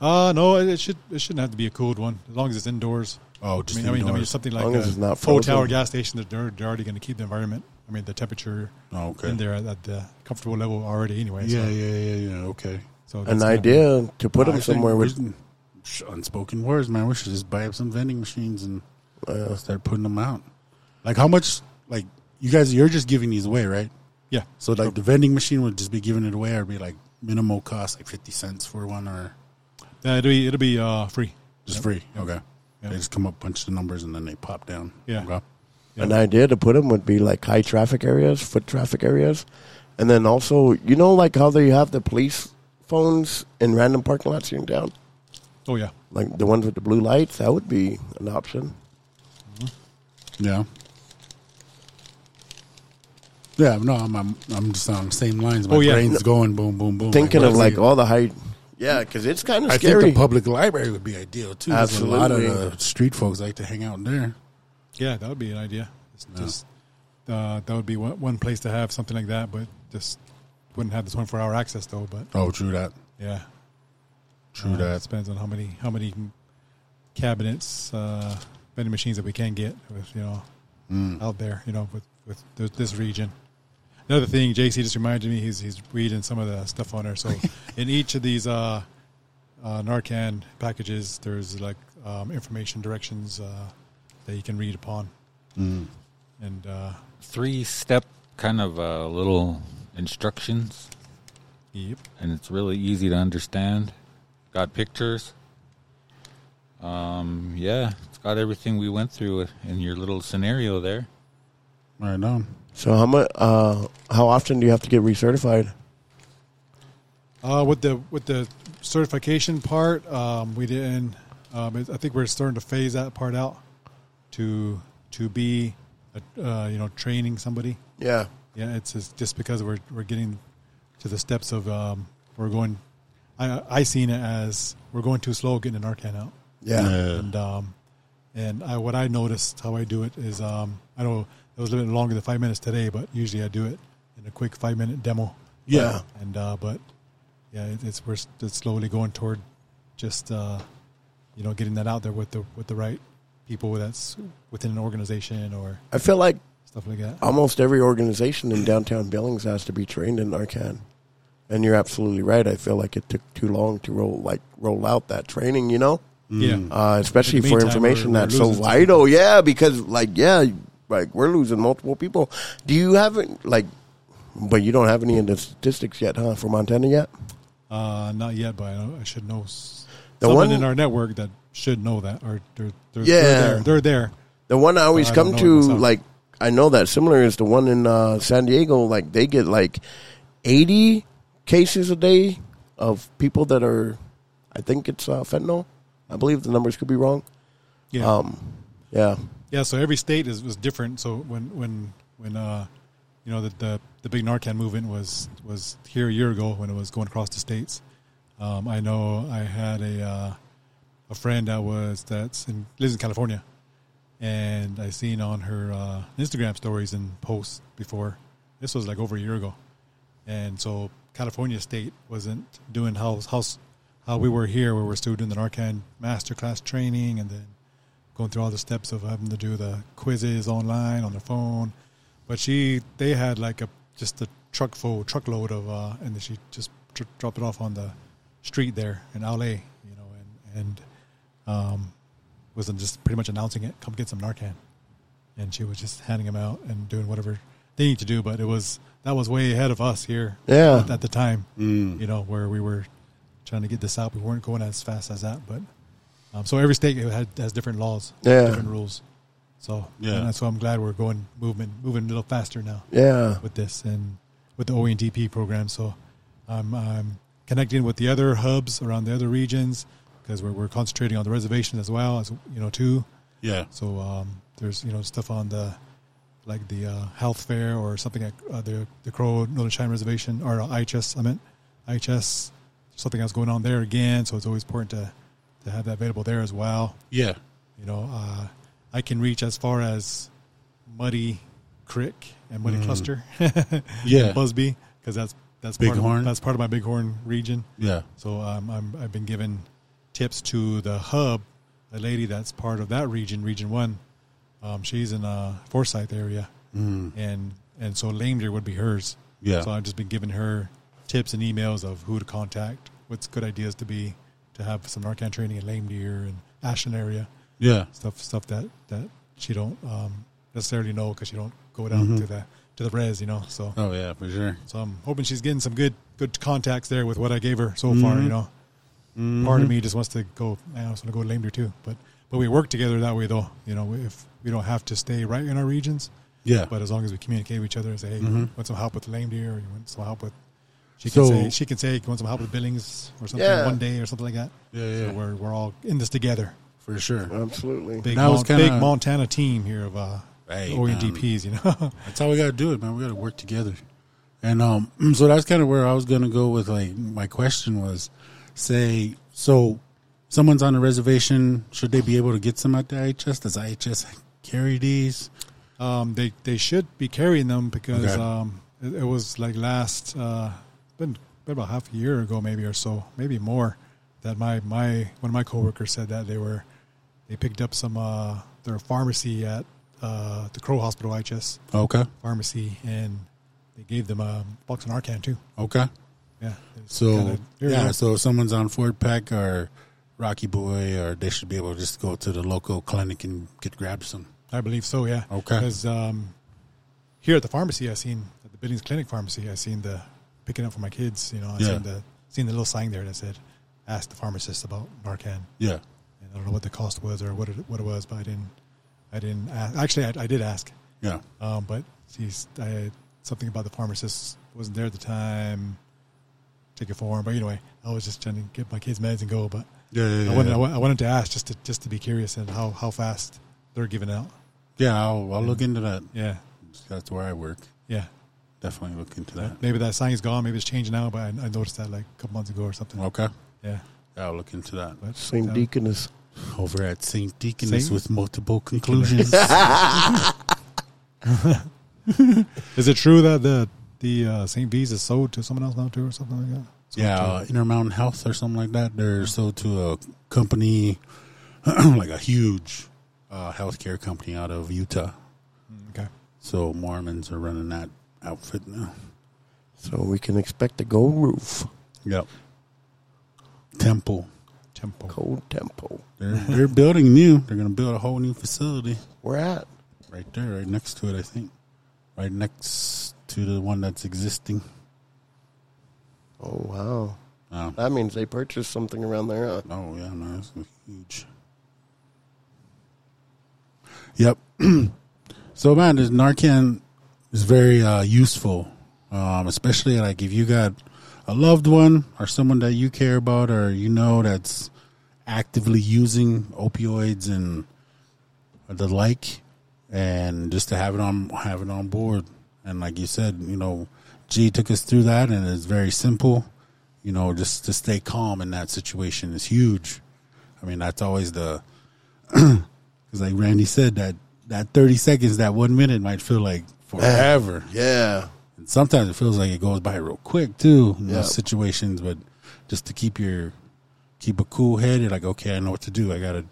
uh, no, it, it should it shouldn't have to be a cooled one as long as it's indoors.
Oh, just
I mean, I mean, I mean,
indoors.
something
As
like
long as it's
a
not
four tower
frozen.
gas station. that They're, they're already going to keep the environment. I mean, the temperature
Oh, okay.
in there at, at the comfortable level already. Anyway,
Yeah,
so,
yeah, yeah, yeah. Okay.
so that's
an
gonna be-
idea to put
I
them
think
somewhere
we-
with
sh- unspoken words, man. We should just buy up some vending machines and start putting them out. Like how much? Like you guys, you're just giving these away, right?
Yeah,
So like the vending machine would just be giving it away, or be like minimal cost, like fifty cents for one, or
Yeah, it'll be it'll be uh, free.
just free. Okay, they
Yep.
just come up, punch the numbers, and then they pop down.
Yeah.
Okay.
an idea to put them would be like high traffic areas, foot traffic areas, and then also you know like how they have the police phones in random parking lots here in town,
Oh yeah,
like the ones with the blue lights. That would be an option.
yeah, yeah. No, I'm I'm, I'm just on the same lines. My
Oh, yeah.
brain's going boom, boom, boom.
Thinking
what
of
is
like
it?
all the high, yeah, because it's kind of
I
scary.
think the public library would be ideal too. There's A lot of
Absolutely.
the street folks like to hang out in there.
yeah, that would be an idea. It's just uh, that would be one, one place to have something like that, but just wouldn't have this 24 hour access though. But
Oh, true that.
yeah,
True
Uh,
that.
depends on how many how many
Mm.
cabinets, uh, vending machines that we can get with you know out there, you know, with, with th- this region. Another thing, JC just reminded me he's he's reading some of the stuff on there. So in each of these uh, uh, Narcan packages, there's like um, information directions uh, that you can read upon,
Mm.
and uh,
Three step kind of uh, little instructions,
yep,
and it's really easy to understand. Got pictures. Um, yeah, it's got everything we went through in your little scenario there.
Right on.
So how much? Uh, how often do you have to get recertified?
Uh, with the with the certification part, um, we didn't. Um, it, I think we're starting to phase that part out to to be, a, uh, you know, training somebody.
Yeah.
Yeah, it's just, just because we're we're getting to the steps of um, we're going. I I seen it as we're going too slow getting an Narcan out.
Yeah.
And um, and I, what I noticed how I do it is um, I know it was a little bit longer than five minutes today, but usually I do it in a quick five minute demo.
Yeah.
And uh, but yeah, it, it's we're s- it's slowly going toward just uh, you know getting that out there with the with the right people that's within an organization or
I feel like
stuff like that.
almost every organization in downtown Billings has to be trained in Narcan. And you're absolutely right. I feel like it took too long to roll like roll out that training, you know?
Yeah.
Uh, especially
In the
for
meantime,
information
we're- we're
that's so
losing
vital. Yeah, because like yeah, like we're losing multiple people. Do you have it like but you don't have any of the statistics yet, huh, for Montana yet?
Uh, not yet, but I, know, I should know s-
The
someone
one-
in our network that should know that or they're, they're,
Yeah.
they're there. They're there.
The one I always
I don't
come
know it
to,
myself.
like I know that similar is the one in uh, San Diego. Like they get like eighty cases a day of people that are, I think it's uh, fentanyl. I believe the numbers could be wrong.
Yeah.
Um, yeah,
Yeah, so every state is was different. So when when when uh, you know the, the the big Narcan movement was was here a year ago when it was going across the states. Um, I know I had a uh, a friend that was that's in lives in California, and I seen on her uh, Instagram stories and posts before. This was like over a year ago, and so California State wasn't doing how how how we were here, where we're still doing the Narcan masterclass training, and then going through all the steps of having to do the quizzes online on the phone. But she, they had like a just a truck full truckload of, uh, and then she just tr- dropped it off on the street there in LA, you know, and and um, was just pretty much announcing it, come get some Narcan, and she was just handing them out and doing whatever they need to do. But it was that was way ahead of us here,
Yeah.
at, at the time, mm. you know, where we were trying to get this out. We weren't going as fast as that, but um, so every state has, has different laws,
Yeah.
different rules. So
Yeah.
and that's why I'm glad we're going moving moving a little faster now
yeah,
with this and with the E OENDP program. So I'm, I'm connecting with the other hubs around the other regions because we're, we're concentrating on the reservation as well as you know too.
Yeah.
So um, there's you know stuff on the like the uh, health fair or something at uh, the the Crow Northern Cheyenne Reservation or uh, IHS. I meant IHS. Something else going on there again. So it's always important to to have that available there as well.
Yeah.
You know, uh, I can reach as far as Muddy Creek and Muddy Cluster.
Yeah.
Busby because that's that's part
Bighorn.
Of, that's part of my Bighorn region.
Yeah.
So um, I'm, I've been giving tips to the hub, the lady that's part of that region, Region One. Um, she's in uh, Forsyth area, mm. and and so Lame Deer would be hers.
Yeah.
So I've just been giving her tips and emails of who to contact, what's good ideas to be to have some Narcan training in Lame Deer and Ashland area
Yeah.
stuff stuff that that she don't um, necessarily know because she don't go down
Mm-hmm.
to the to the res, you know. So
Oh yeah, for sure.
so I'm hoping she's getting some good good contacts there with what I gave her so far.
Mm-hmm.
You know, part of me just wants to go. Man, I just want to go to Lame Deer too, but but we work together that way though. You know, if we don't have to stay right in our regions,
Yeah. Mm-hmm.
but as long as we communicate with each other and say, hey, you want some help with Lame Deer, or you want some help with. She can
So-
say she can say you want some help with Billings or something
Yeah.
one day or something like that.
Yeah,
So
yeah.
we're we're all in this together
for sure.
absolutely.
big,
That was
Mon-
kinda- um,
big Montana team here of uh,
Hey,
OEDPs, you know.
That's how we gotta do it, man. We gotta work together. And um so that's kinda where I was gonna go with like my question was say so someone's on a reservation, should they be able to get some at the IHS? Does IHS carry these?
um, they they should be carrying them because
Okay.
um, it, it was like last uh, been, been about half a year ago, maybe or so, maybe more. That my my one of my coworkers said that they were they picked up some uh, their pharmacy at uh, the Crow Hospital IHS
Okay.
pharmacy, and they gave them a box of Narcan too.
Okay.
Yeah. It's
So
kinda-
yeah, so if someone's on Ford Pack or Rocky Boy, or they should be able to just go to the local clinic and get grab some.
I believe so. Yeah.
Okay.
Because um, here at the pharmacy, I seen at the Billings Clinic pharmacy, I seen the picking up for my kids. You know, I
Yeah.
seen the seen the little sign there that said, "Ask the pharmacist about Narcan."
Yeah.
And I don't know what the cost was or what it, what it was, but I didn't I didn't ask. actually I, I did ask,
Yeah.
um, but he's I, something about the pharmacist wasn't there at the time. Take it for him, but anyway, I was just trying to get my kids meds and go. But
Yeah. Yeah.
I
yeah,
wanted
yeah.
I wa- I wanted to ask just to just to be curious and how how fast they're giving out.
Yeah, I'll, I'll look into that.
Yeah,
That's where I work.
yeah.
Definitely look into that.
Maybe that sign is gone. Maybe it's changed now. But I, I noticed that like a couple months ago or something.
Okay.
Yeah.
Yeah, I'll look into that.
But,
Same
um,
deaconess.
Over at St. Deaconess
Saint-
with multiple conclusions.
Is it true that the the uh, St. V's is sold to someone else now too or something like that? Sold
yeah,
to-
uh, Intermountain Health or something like that. They're sold to a company, like a huge uh, healthcare company out of Utah.
okay.
So Mormons are running that outfit now.
So we can expect a gold roof,
Yep. Temple.
Temple.
gold temple.
They're, they're building new. They're going to build a whole new facility
We're at.
right there, right next to it, I think. Right next to the one that's existing.
Oh wow.
Oh,
That means they purchased something around there. Huh?
oh yeah, no, that's huge. Yep. so man, this Narcan is very uh, useful, um, especially like if you got a loved one or someone that you care about or you know that's actively using opioids and the like, and just to have it on have it on board. And like you said, you know, G took us through that, and it's very simple. You know, just to stay calm in that situation is huge. I mean, that's always the because, like Randy said, that that thirty seconds, that one minute might feel like forever.
Yeah.
And sometimes it feels like it goes by real quick too in
Yeah.
those situations. But just to keep your keep a cool head, you're like, okay, I know what to do. I gotta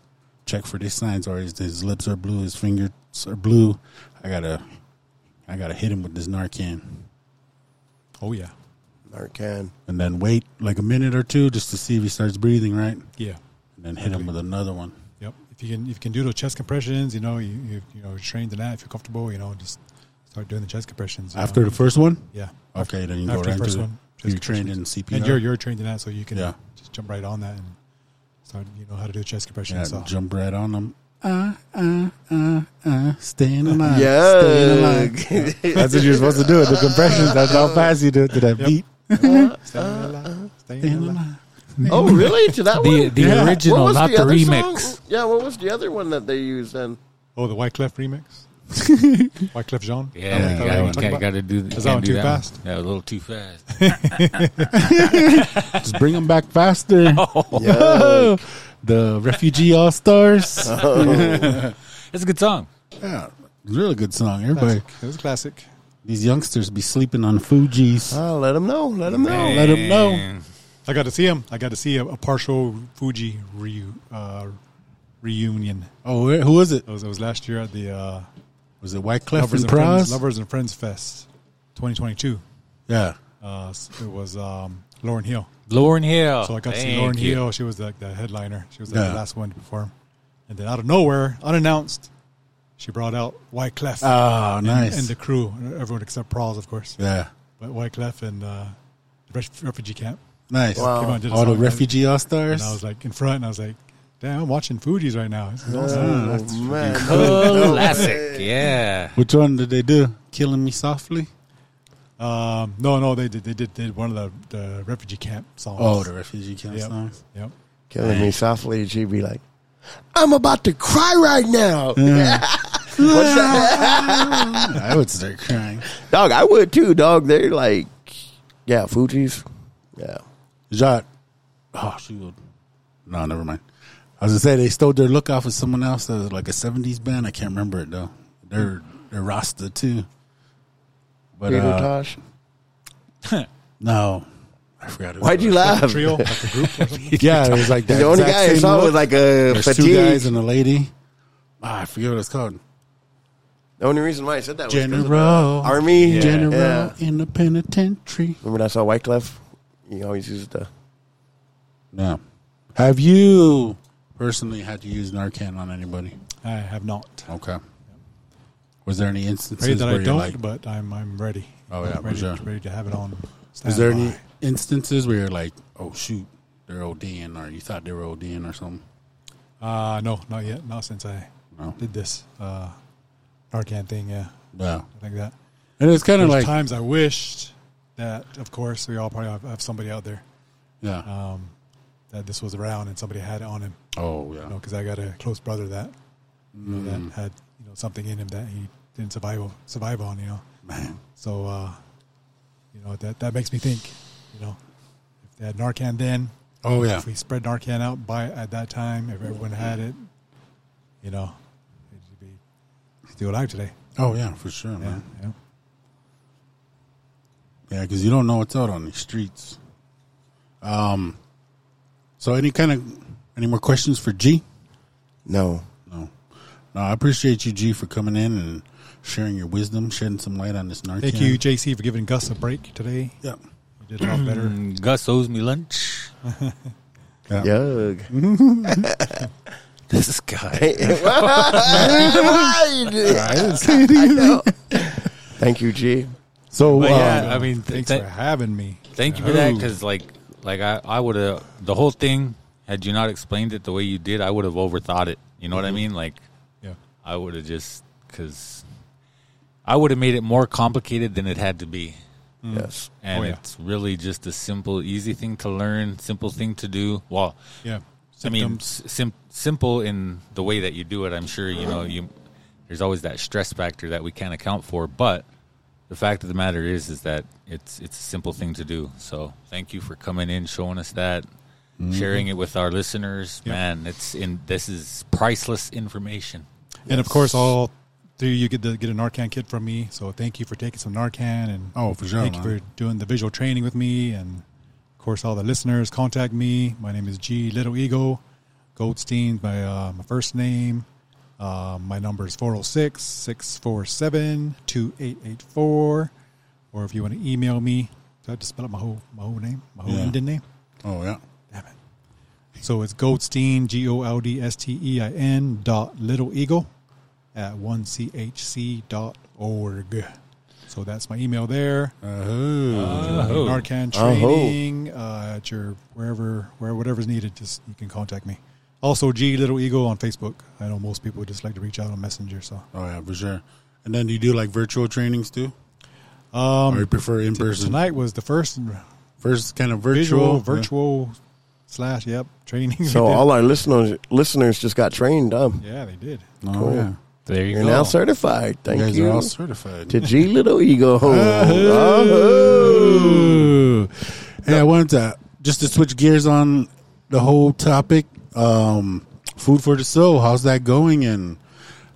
check for these signs. Or his, his lips are blue, his fingers are blue. I gotta I gotta hit him with this Narcan,
Oh yeah.
Narcan.
and then wait like a minute or two just to see if he starts breathing right, and
Yeah.
then hit him with another one.
Yep. If you can, if you can do those chest compressions, you know, you you, you know, you're trained in that. If you're comfortable, you know, just start doing the chest compressions you
After
know.
the first one,
Yeah.
okay, then you
After
go
the
right
first
into
one,
the,
just
you trained in
compressions.
CPR
And you're you're trained in that, so you can
Yeah.
just jump right on that and start. You know how to do chest compressions.
yeah,
so.
jump right on him. Uh, uh, uh, uh, staying alive.
Yeah.
Staying alive. That's what you're supposed to do. The compressions. That's how fast you do it to that
Yep.
beat.
Staying alive, staying
Staying
alive.
alive.
Oh really? To that
The
one?
the
Yeah.
original, not the,
other
remix.
Song? Yeah. What was the other one that they used then?
Oh, the White Clef remix. White Clef Jean.
Yeah,
Is that what
that
you're
one
talking
got,
about?
got to do. Is
that one too fast?
Yeah, a little too fast.
Just bring them back faster.
Yeah.
the refugee all stars.
It's a good song.
yeah, really good song. Everybody,
It was a classic.
these youngsters be sleeping on Fuji's.
Oh, let them know. Let them know.
Let them know.
I got to see him. I got to see a, a partial Fuji reu, uh, reunion.
Oh, where, who was it?
It was, it was last year at the uh,
Was it White Clef
Lovers
and
and Friends,
Prize?
Lovers and Friends Fest, 2022.
Yeah.
Uh, s- it was um, Lauren Hill.
Lauren Hill.
So I got to see
Thank
Lauren
you.
Hill. She was the, the headliner. She was the
Yeah.
last one to perform. And then out of nowhere, unannounced, she brought out White Clef
Oh, nice.
and the crew, everyone except Prawls, of course.
yeah.
But White Clef and uh, the ref- refugee camp.
Nice.
Wow.
Came out and did a
All the
song.
refugee all
And
stars.
I was like in front, and I was like, "Damn, I'm watching Fuji's right now." This is
Ah,
Oh,
awesome.
man.
Classic. Yeah.
Which one did they do? Killing me softly.
Um, no, no, they did. They did, did one of the, the refugee camp songs.
Oh, the refugee camp
yep,
song.
yep.
Killing me softly. She'd be like, "I'm about to cry right now." What's that?
I would start crying.
dog, I would too. Dog, they're like, Uh, yeah, Fuji's. Yeah.
Jacques. Oh, shoot. No, never mind. I was gonna say they stole their look off of someone else that was like a '70s band. I can't remember it though. They're they're Rasta too. But
Peter
uh,
Tosh.
no, I forgot. Who
Why'd you laugh?
Trio, like a group. Or something.
Yeah, it was like that
The only
exact
guy I
same
saw
look.
was like a
There's two guys
fatigue.
and a lady. Ah, I forget what it's called.
The only reason why I said that was 'cause of the
General.
Army.
Yeah.
General
Yeah.
in the penitentiary.
Remember that's how Wyclef? He always used the.
No. Have you personally had to use Narcan on anybody?
I have not.
Okay. Was there any
Pray
instances
that
where
I
you're
don't,
like,
but I'm I'm ready.
Oh, yeah,
I'm ready,
sure.
ready to have it on.
is there any
standby.
instances where you're like, oh shoot, they're ODing, or you thought they were ODing or something?
Uh, no, not yet. Not since I
No.
did this uh, Narcan thing. Yeah,
Yeah.
like that.
And it's kind of
There's
like,
times I wished that, of course, we all probably have, have somebody out there
yeah.
Uh, that this was around and somebody had it on him.
oh yeah.
You know, because I got a close brother that you know, that had you know something in him that he didn't survive survive on. You know,
Man.
so uh, you know that that makes me think. You know, if they had Narcan then,
Oh yeah.
if we spread Narcan out by at that time, if everyone had it, you know, it'd be still alive today.
Oh yeah, for sure,
Yeah,
man.
yeah.
Yeah, because you don't know what's out on the streets. Um. So any kind of any more questions for G?
No.
No. No, I appreciate you, G, for coming in and sharing your wisdom, shedding some light on this Narcan.
Thank you, JC, for giving Gus a break today.
Yeah.
You did a lot better.
Mm, Gus owes me lunch.
Yug.
This guy.
Thank you, G.
So
But
uh,
yeah, I mean, th-
Thanks
th-
for having me.
thank you for that because, like, like I, I would have the whole thing. Had you not explained it the way you did, I would have overthought it. You know what I mean? Like,
Mm-hmm. Yeah.
I would have just because I would have made it more complicated than it had to be.
Mm.
Yes.
And
Oh, yeah.
it's really just a simple, easy thing to learn, simple thing to do. Well,
Yeah.
I mean,
Symptoms.
s- sim- simple in the way that you do it. I'm sure you know you. There's always that stress factor that we can't account for, but the fact of the matter is, is that it's it's a simple thing to do. So thank you for coming in, showing us that, sharing it with our listeners.
Yeah.
Man, it's in this is priceless information.
and of course, all three of you get to get a Narcan kit from me. So thank you for taking some Narcan and
Oh, for sure,
Thank you
man.
for doing the visual training with me, and of course, all the listeners contact me. My name is G Little Eagle Goldstein. My uh, my first name. Uh, my number is 406 647 2884. Or if you want to email me, did I just spell out my whole, my whole name? My whole
Yeah.
Indian name?
Oh yeah.
Damn it. So it's Goldstein, G O L D S T E I N dot Little Eagle at 1chc dot org. So that's my email there. Uh,
Oh.
Narcan
Uh-huh.
training uh, at your wherever, where whatever's needed, just you can contact me. Also, G Little Eagle on Facebook. I know most people just like to reach out on Messenger. So
Mm.
Oh yeah, for sure. And then you do like virtual trainings too, or you prefer in person?
tonight was the first
First kind of
visual,
virtual,
virtual slash, yep, training.
So all our listeners listeners just got trained up.
yeah, they did.
Oh
Cool.
yeah.
There you
You're now certified.
You
Thank
guys
you.
are all certified.
to G Little Eagle.
Ooh. Hey, I wanted to just to switch gears on the whole topic. Um, food for the soul. How's that going? And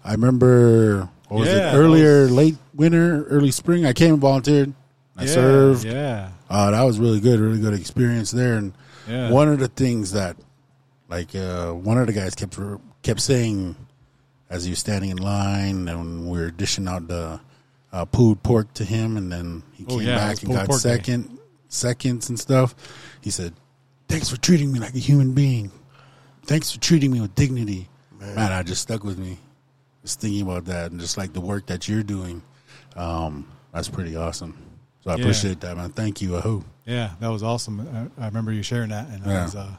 I remember what was
Yeah,
it
that
earlier,
was-
late winter, early spring. I came and volunteered. I
yeah,
served.
Yeah.
Uh, that was really good, really good experience there. And
Yeah.
one of the things that, like, uh, one of the guys kept kept saying, as he was standing in line, and we were dishing out the uh, pulled pork to him, and then he
Oh,
came
yeah, it was
back and
pulled
got
pork day.
second seconds and stuff. He said, "Thanks for treating me like a human being. Thanks for treating me with dignity." Man, I just stuck with me. Just thinking about that, and just like the work that you're doing, um, that's pretty awesome. So I
Yeah.
appreciate that, man. Thank you, Ahoo.
Yeah, that was awesome. I, I remember you sharing that, and
Yeah.
I was, uh,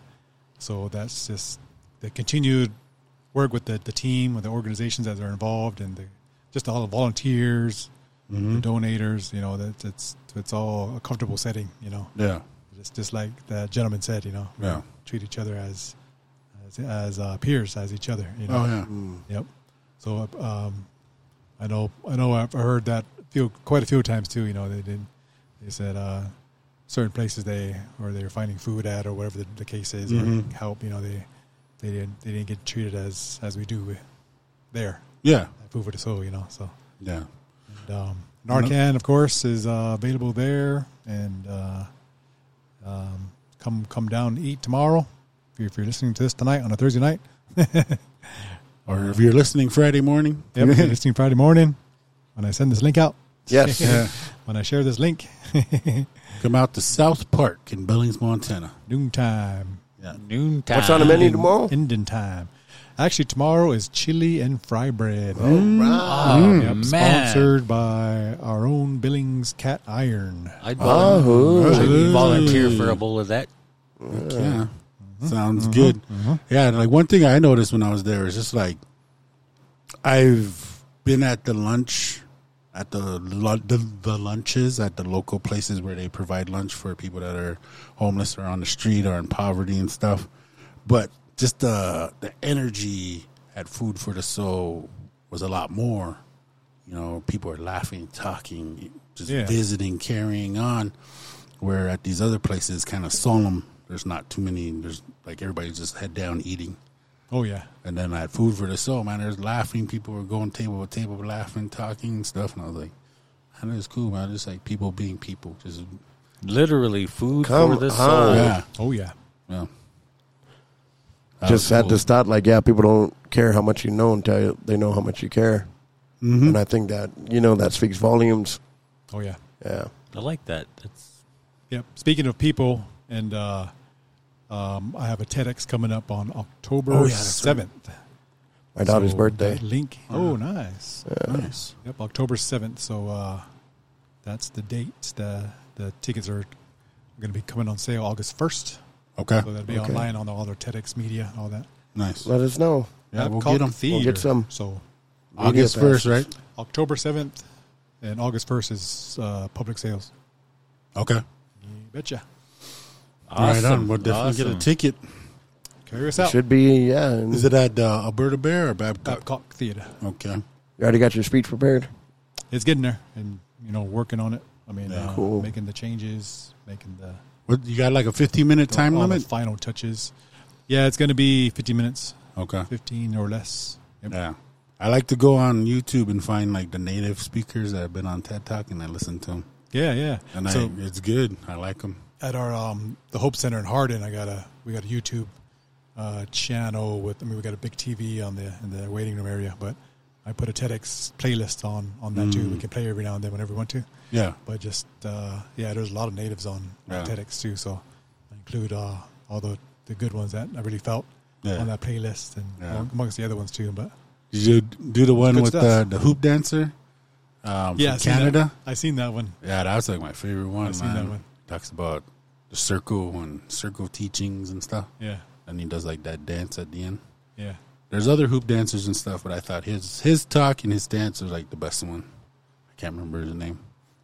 so that's just the continued work with the, the team, with the organizations that are involved, and the, just all the volunteers,
Mm-hmm.
the donators. You know, that it's it's all a comfortable setting. You know,
Yeah.
it's just like that gentleman said. You know, we
Yeah.
treat each other as as, as uh, peers, as each other. You know,
Oh yeah.
Yep. So um, I know I know I've heard that few quite a few times too. You know they did they said uh, certain places they or they were finding food at or whatever the, the case is or help. You know they they didn't they didn't get treated as as we do there
Yeah.
at food for the soul. You know so
Yeah.
and, um, Narcan of course is uh, available there and uh, um, come come down and eat tomorrow if you're, if you're listening to this tonight on a Thursday night.
Or if you're listening Friday morning,
Yep, you're listening Friday morning. when I send this link out.
Yes. Yeah.
When I share this link,
Come out to South Park in Billings, Montana.
noontime.
Noon time.
What's on the menu tomorrow?
Indian time. Actually, tomorrow is chili and fry bread.
Right.
Oh,
Yep,
man.
sponsored by our own Billings Cat Iron.
I'd
Oh.
volunteer, volunteer for a bowl of that.
Yeah. Mm-hmm. Sounds good. Yeah, and, like one thing I noticed when I was there is just like I've been at the lunch at the, lu- the the lunches at the local places where they provide lunch for people that are homeless or on the street or in poverty and stuff. But just the the energy at Food for the Soul was a lot more. You know, people are laughing, talking, just
Yeah.
visiting, carrying on. Where at these other places, kind of solemn. There's not too many. There's like everybody's just head down eating.
Oh yeah,
And then I had food for the soul, man. There's laughing. People were going table to table, laughing, talking, and stuff. And I was like, man, it's cool, man. It's like people being people. Just,
Literally, food
Come
for the soul.
on.
yeah.
oh yeah.
yeah.
Just had this thought, like, yeah, people don't care how much you know until you- they know how much you care.
Mm-hmm.
And I think that, you know, that speaks volumes.
Oh yeah.
Yeah.
I like that. That's
Yep. Speaking of people, and uh, um, I have a TEDx coming up on October
Oh, yeah, that's right.
seventh.
My daughter's
So
birthday.
that Link. Oh, nice.
Nice.
Yep, October seventh. So uh, that's the date. The the tickets are going to be coming on sale August first.
Okay.
So that'll be
Okay.
online on all their TEDx media, all that.
Nice.
Let us know.
Yeah, we'll
Epcot
get 'em.
Theater.
We'll get some.
So
August
Media
1st,
passes.
right?
October seventh and August first is uh, public sales.
Okay.
You betcha.
awesome.
Right on. We'll definitely get a
Awesome.
ticket.
Carry us out.
Should be, yeah. and
Is it at uh, Alberta Bear or Babcock?
Babcock Theater.
Okay.
you already got your speech prepared.
It's getting there, and you know, working on it. I mean, uh,
Cool.
making the changes, making the
What, you got like a 15 minute time
all the
limit?
final touches. Yeah, it's going to be fifty minutes,
Okay.
fifteen or less. Yep.
Yeah. I like to go on YouTube and find like the native speakers that have been on TED Talk and I listen to them.
Yeah, yeah.
And
so
I, it's good. I like them.
at our um, the Hope Center in Hardin, I got a we got a YouTube uh, channel with. I mean, we got a big TV on the in the waiting room area, but I put a TEDx playlist on on that too. We
Mm.
can play every now and then whenever we want to.
Yeah.
But just uh, yeah, there's a lot of natives on
Yeah.
TEDx too, so I include uh, all the the good ones that I really felt
Yeah.
on that playlist and
Yeah.
amongst the other ones too. But
Did you do the one
Good
with uh,
stuff.
the, the hoop dancer? Um,
yeah,
yeah,
I seen that-
Canada.
I seen that one.
Yeah, that was like my favorite one.
seen
man.
that one.
Talks about the circle and circle teachings and stuff,
Yeah,
and he does like that dance at the end.
yeah.
There's other hoop dancers and stuff, but I thought his his talk and his dance was like the best one. I can't remember his name,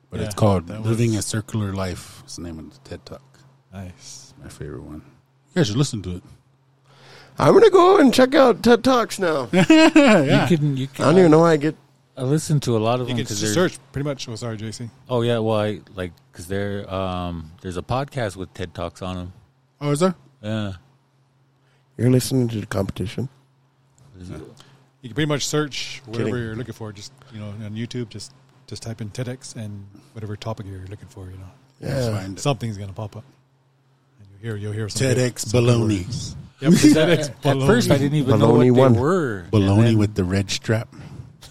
but it's
Yeah,
called
that
"Living
was-
a Circular Life." It's the name of the TED Talk.
Nice.
My favorite one. You guys should listen to it.
I'm going to go and check out TED Talks now. I
You can. You can.
don't even know how I get.
I listen to a lot of
You
them
can
because they're
search pretty much. Oh, sorry, JC.
Oh yeah, well, I like because there um there's a podcast with TED Talks on them.
Oh, is there?
Yeah,
You're listening to the competition.
You can pretty much search whatever
Kidding.
you're looking for. Just you know, on YouTube, just just type in TEDx and whatever topic you're looking for. You know,
Let's
Yeah.
find it.
something's gonna pop up. And you hear you'll hear some
TEDx baloney.
Yep, TEDx.
at first I
baloney.
didn't even know
Baloney
what
one.
they were. And
Baloney
then-
with the red strap.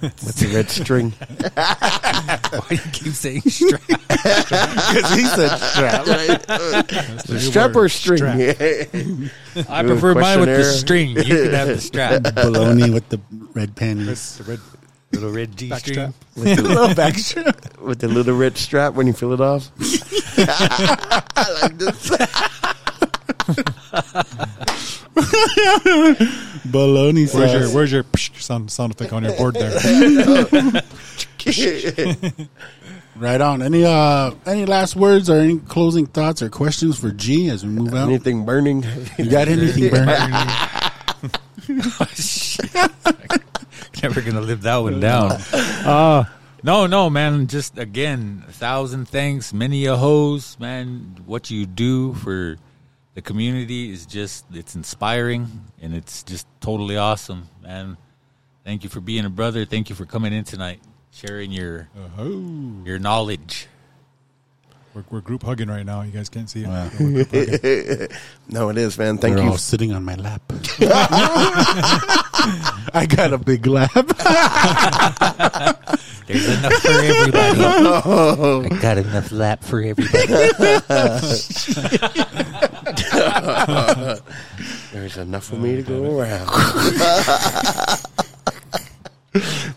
With the red string.
Why do you keep saying strap?
Because he said strap,
new
strap or
word,
string?
strap.
I prefer mine with the
questionnaire.
string. You can have the strap.
Baloney with the red panties.
It's the red
Little red G string.
backstrap.
With, the, with the little red strap when you feel it off. I like this.
Baloney
Where's
sauce.
your where's your psh sound sound effect on your board there?
Right on. Any uh any last words or any closing thoughts or questions for G as we move out?
Anything burning?
You got anything, Bernard?
Never gonna live that one down. Uh, no, no, man. Just again, a thousand thanks, many a hoes, man. What you do for the community is just it's inspiring and it's just totally awesome, man. Thank you for being a brother. Thank you for coming in tonight, sharing your
Oh,
your knowledge.
we're, we're group hugging right now. You guys can't see it.
Wow.
We're group hugging.
no, it is, man. Thank
They're
you.
all sitting on my lap. I got a big lap.
There's enough for everybody. I got enough lap for everybody.
There's enough for me to go around.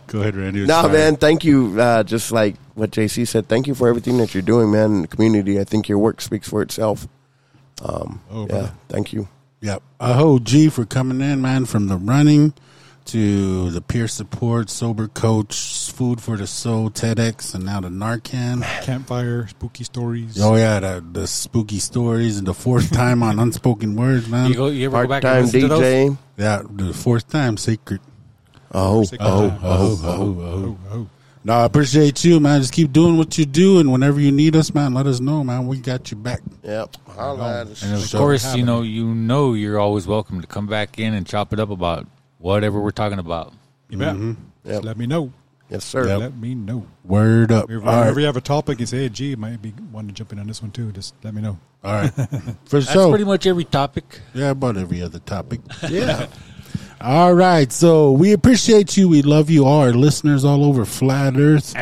Go ahead, Randy.
Nah,
Sorry.
man, thank you. Uh, just like what JC said, thank you for everything that you're doing, man, in the community. I think your work speaks for itself.
Oh,
Yeah,
brother.
thank you.
Yep. Aho G for coming in, man, from the running to the peer support, sober coach, food for the soul, TEDx, and now the Narcan.
Campfire, spooky stories.
Oh yeah, the, the spooky stories and the fourth time on unspoken words, man.
You, go, you ever go
Part
back and
time
listen to those?
DJ.
Yeah, the fourth time sacred.
Oh,
Oh,
Oh, oh, oh.
oh, oh.
No, I appreciate you, man. Just keep doing what you do, and whenever you need us, man, let us know, man. We got you back.
yep. Holla at us.
And of course, you know, you know, you're always welcome to come back in and chop it up about whatever we're talking about.
You bet. Just
Yep.
Let me know.
Yes, sir.
Let me know.
Word up.
Whenever,
All
whenever
right,
you have a topic, you say, hey, gee, might be wanting to jump in on this one too. Just let me know.
all right. For
That's
sure.
pretty much every topic.
Yeah, about every other topic. Yeah. all right. So we appreciate you. We love you, all our listeners all over flat Earth.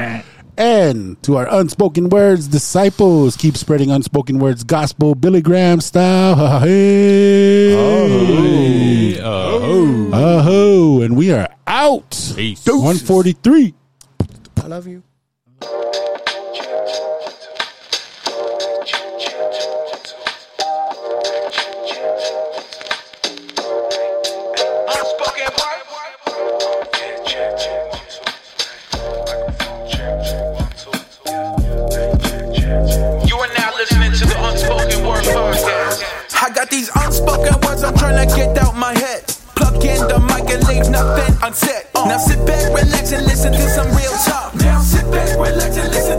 And to our unspoken words disciples, keep spreading unspoken words gospel, Billy Graham style. Hey. Oh. Oh. And we are out.
Peace.
143.
I love you.
You are now listening to the Unspoken Word Podcast.
I got these unspoken words I'm tryna get out my head. Plug in the mic and leave nothing unsaid. Now sit back, relax, and listen to some real talk. Now sit back, relax, and listen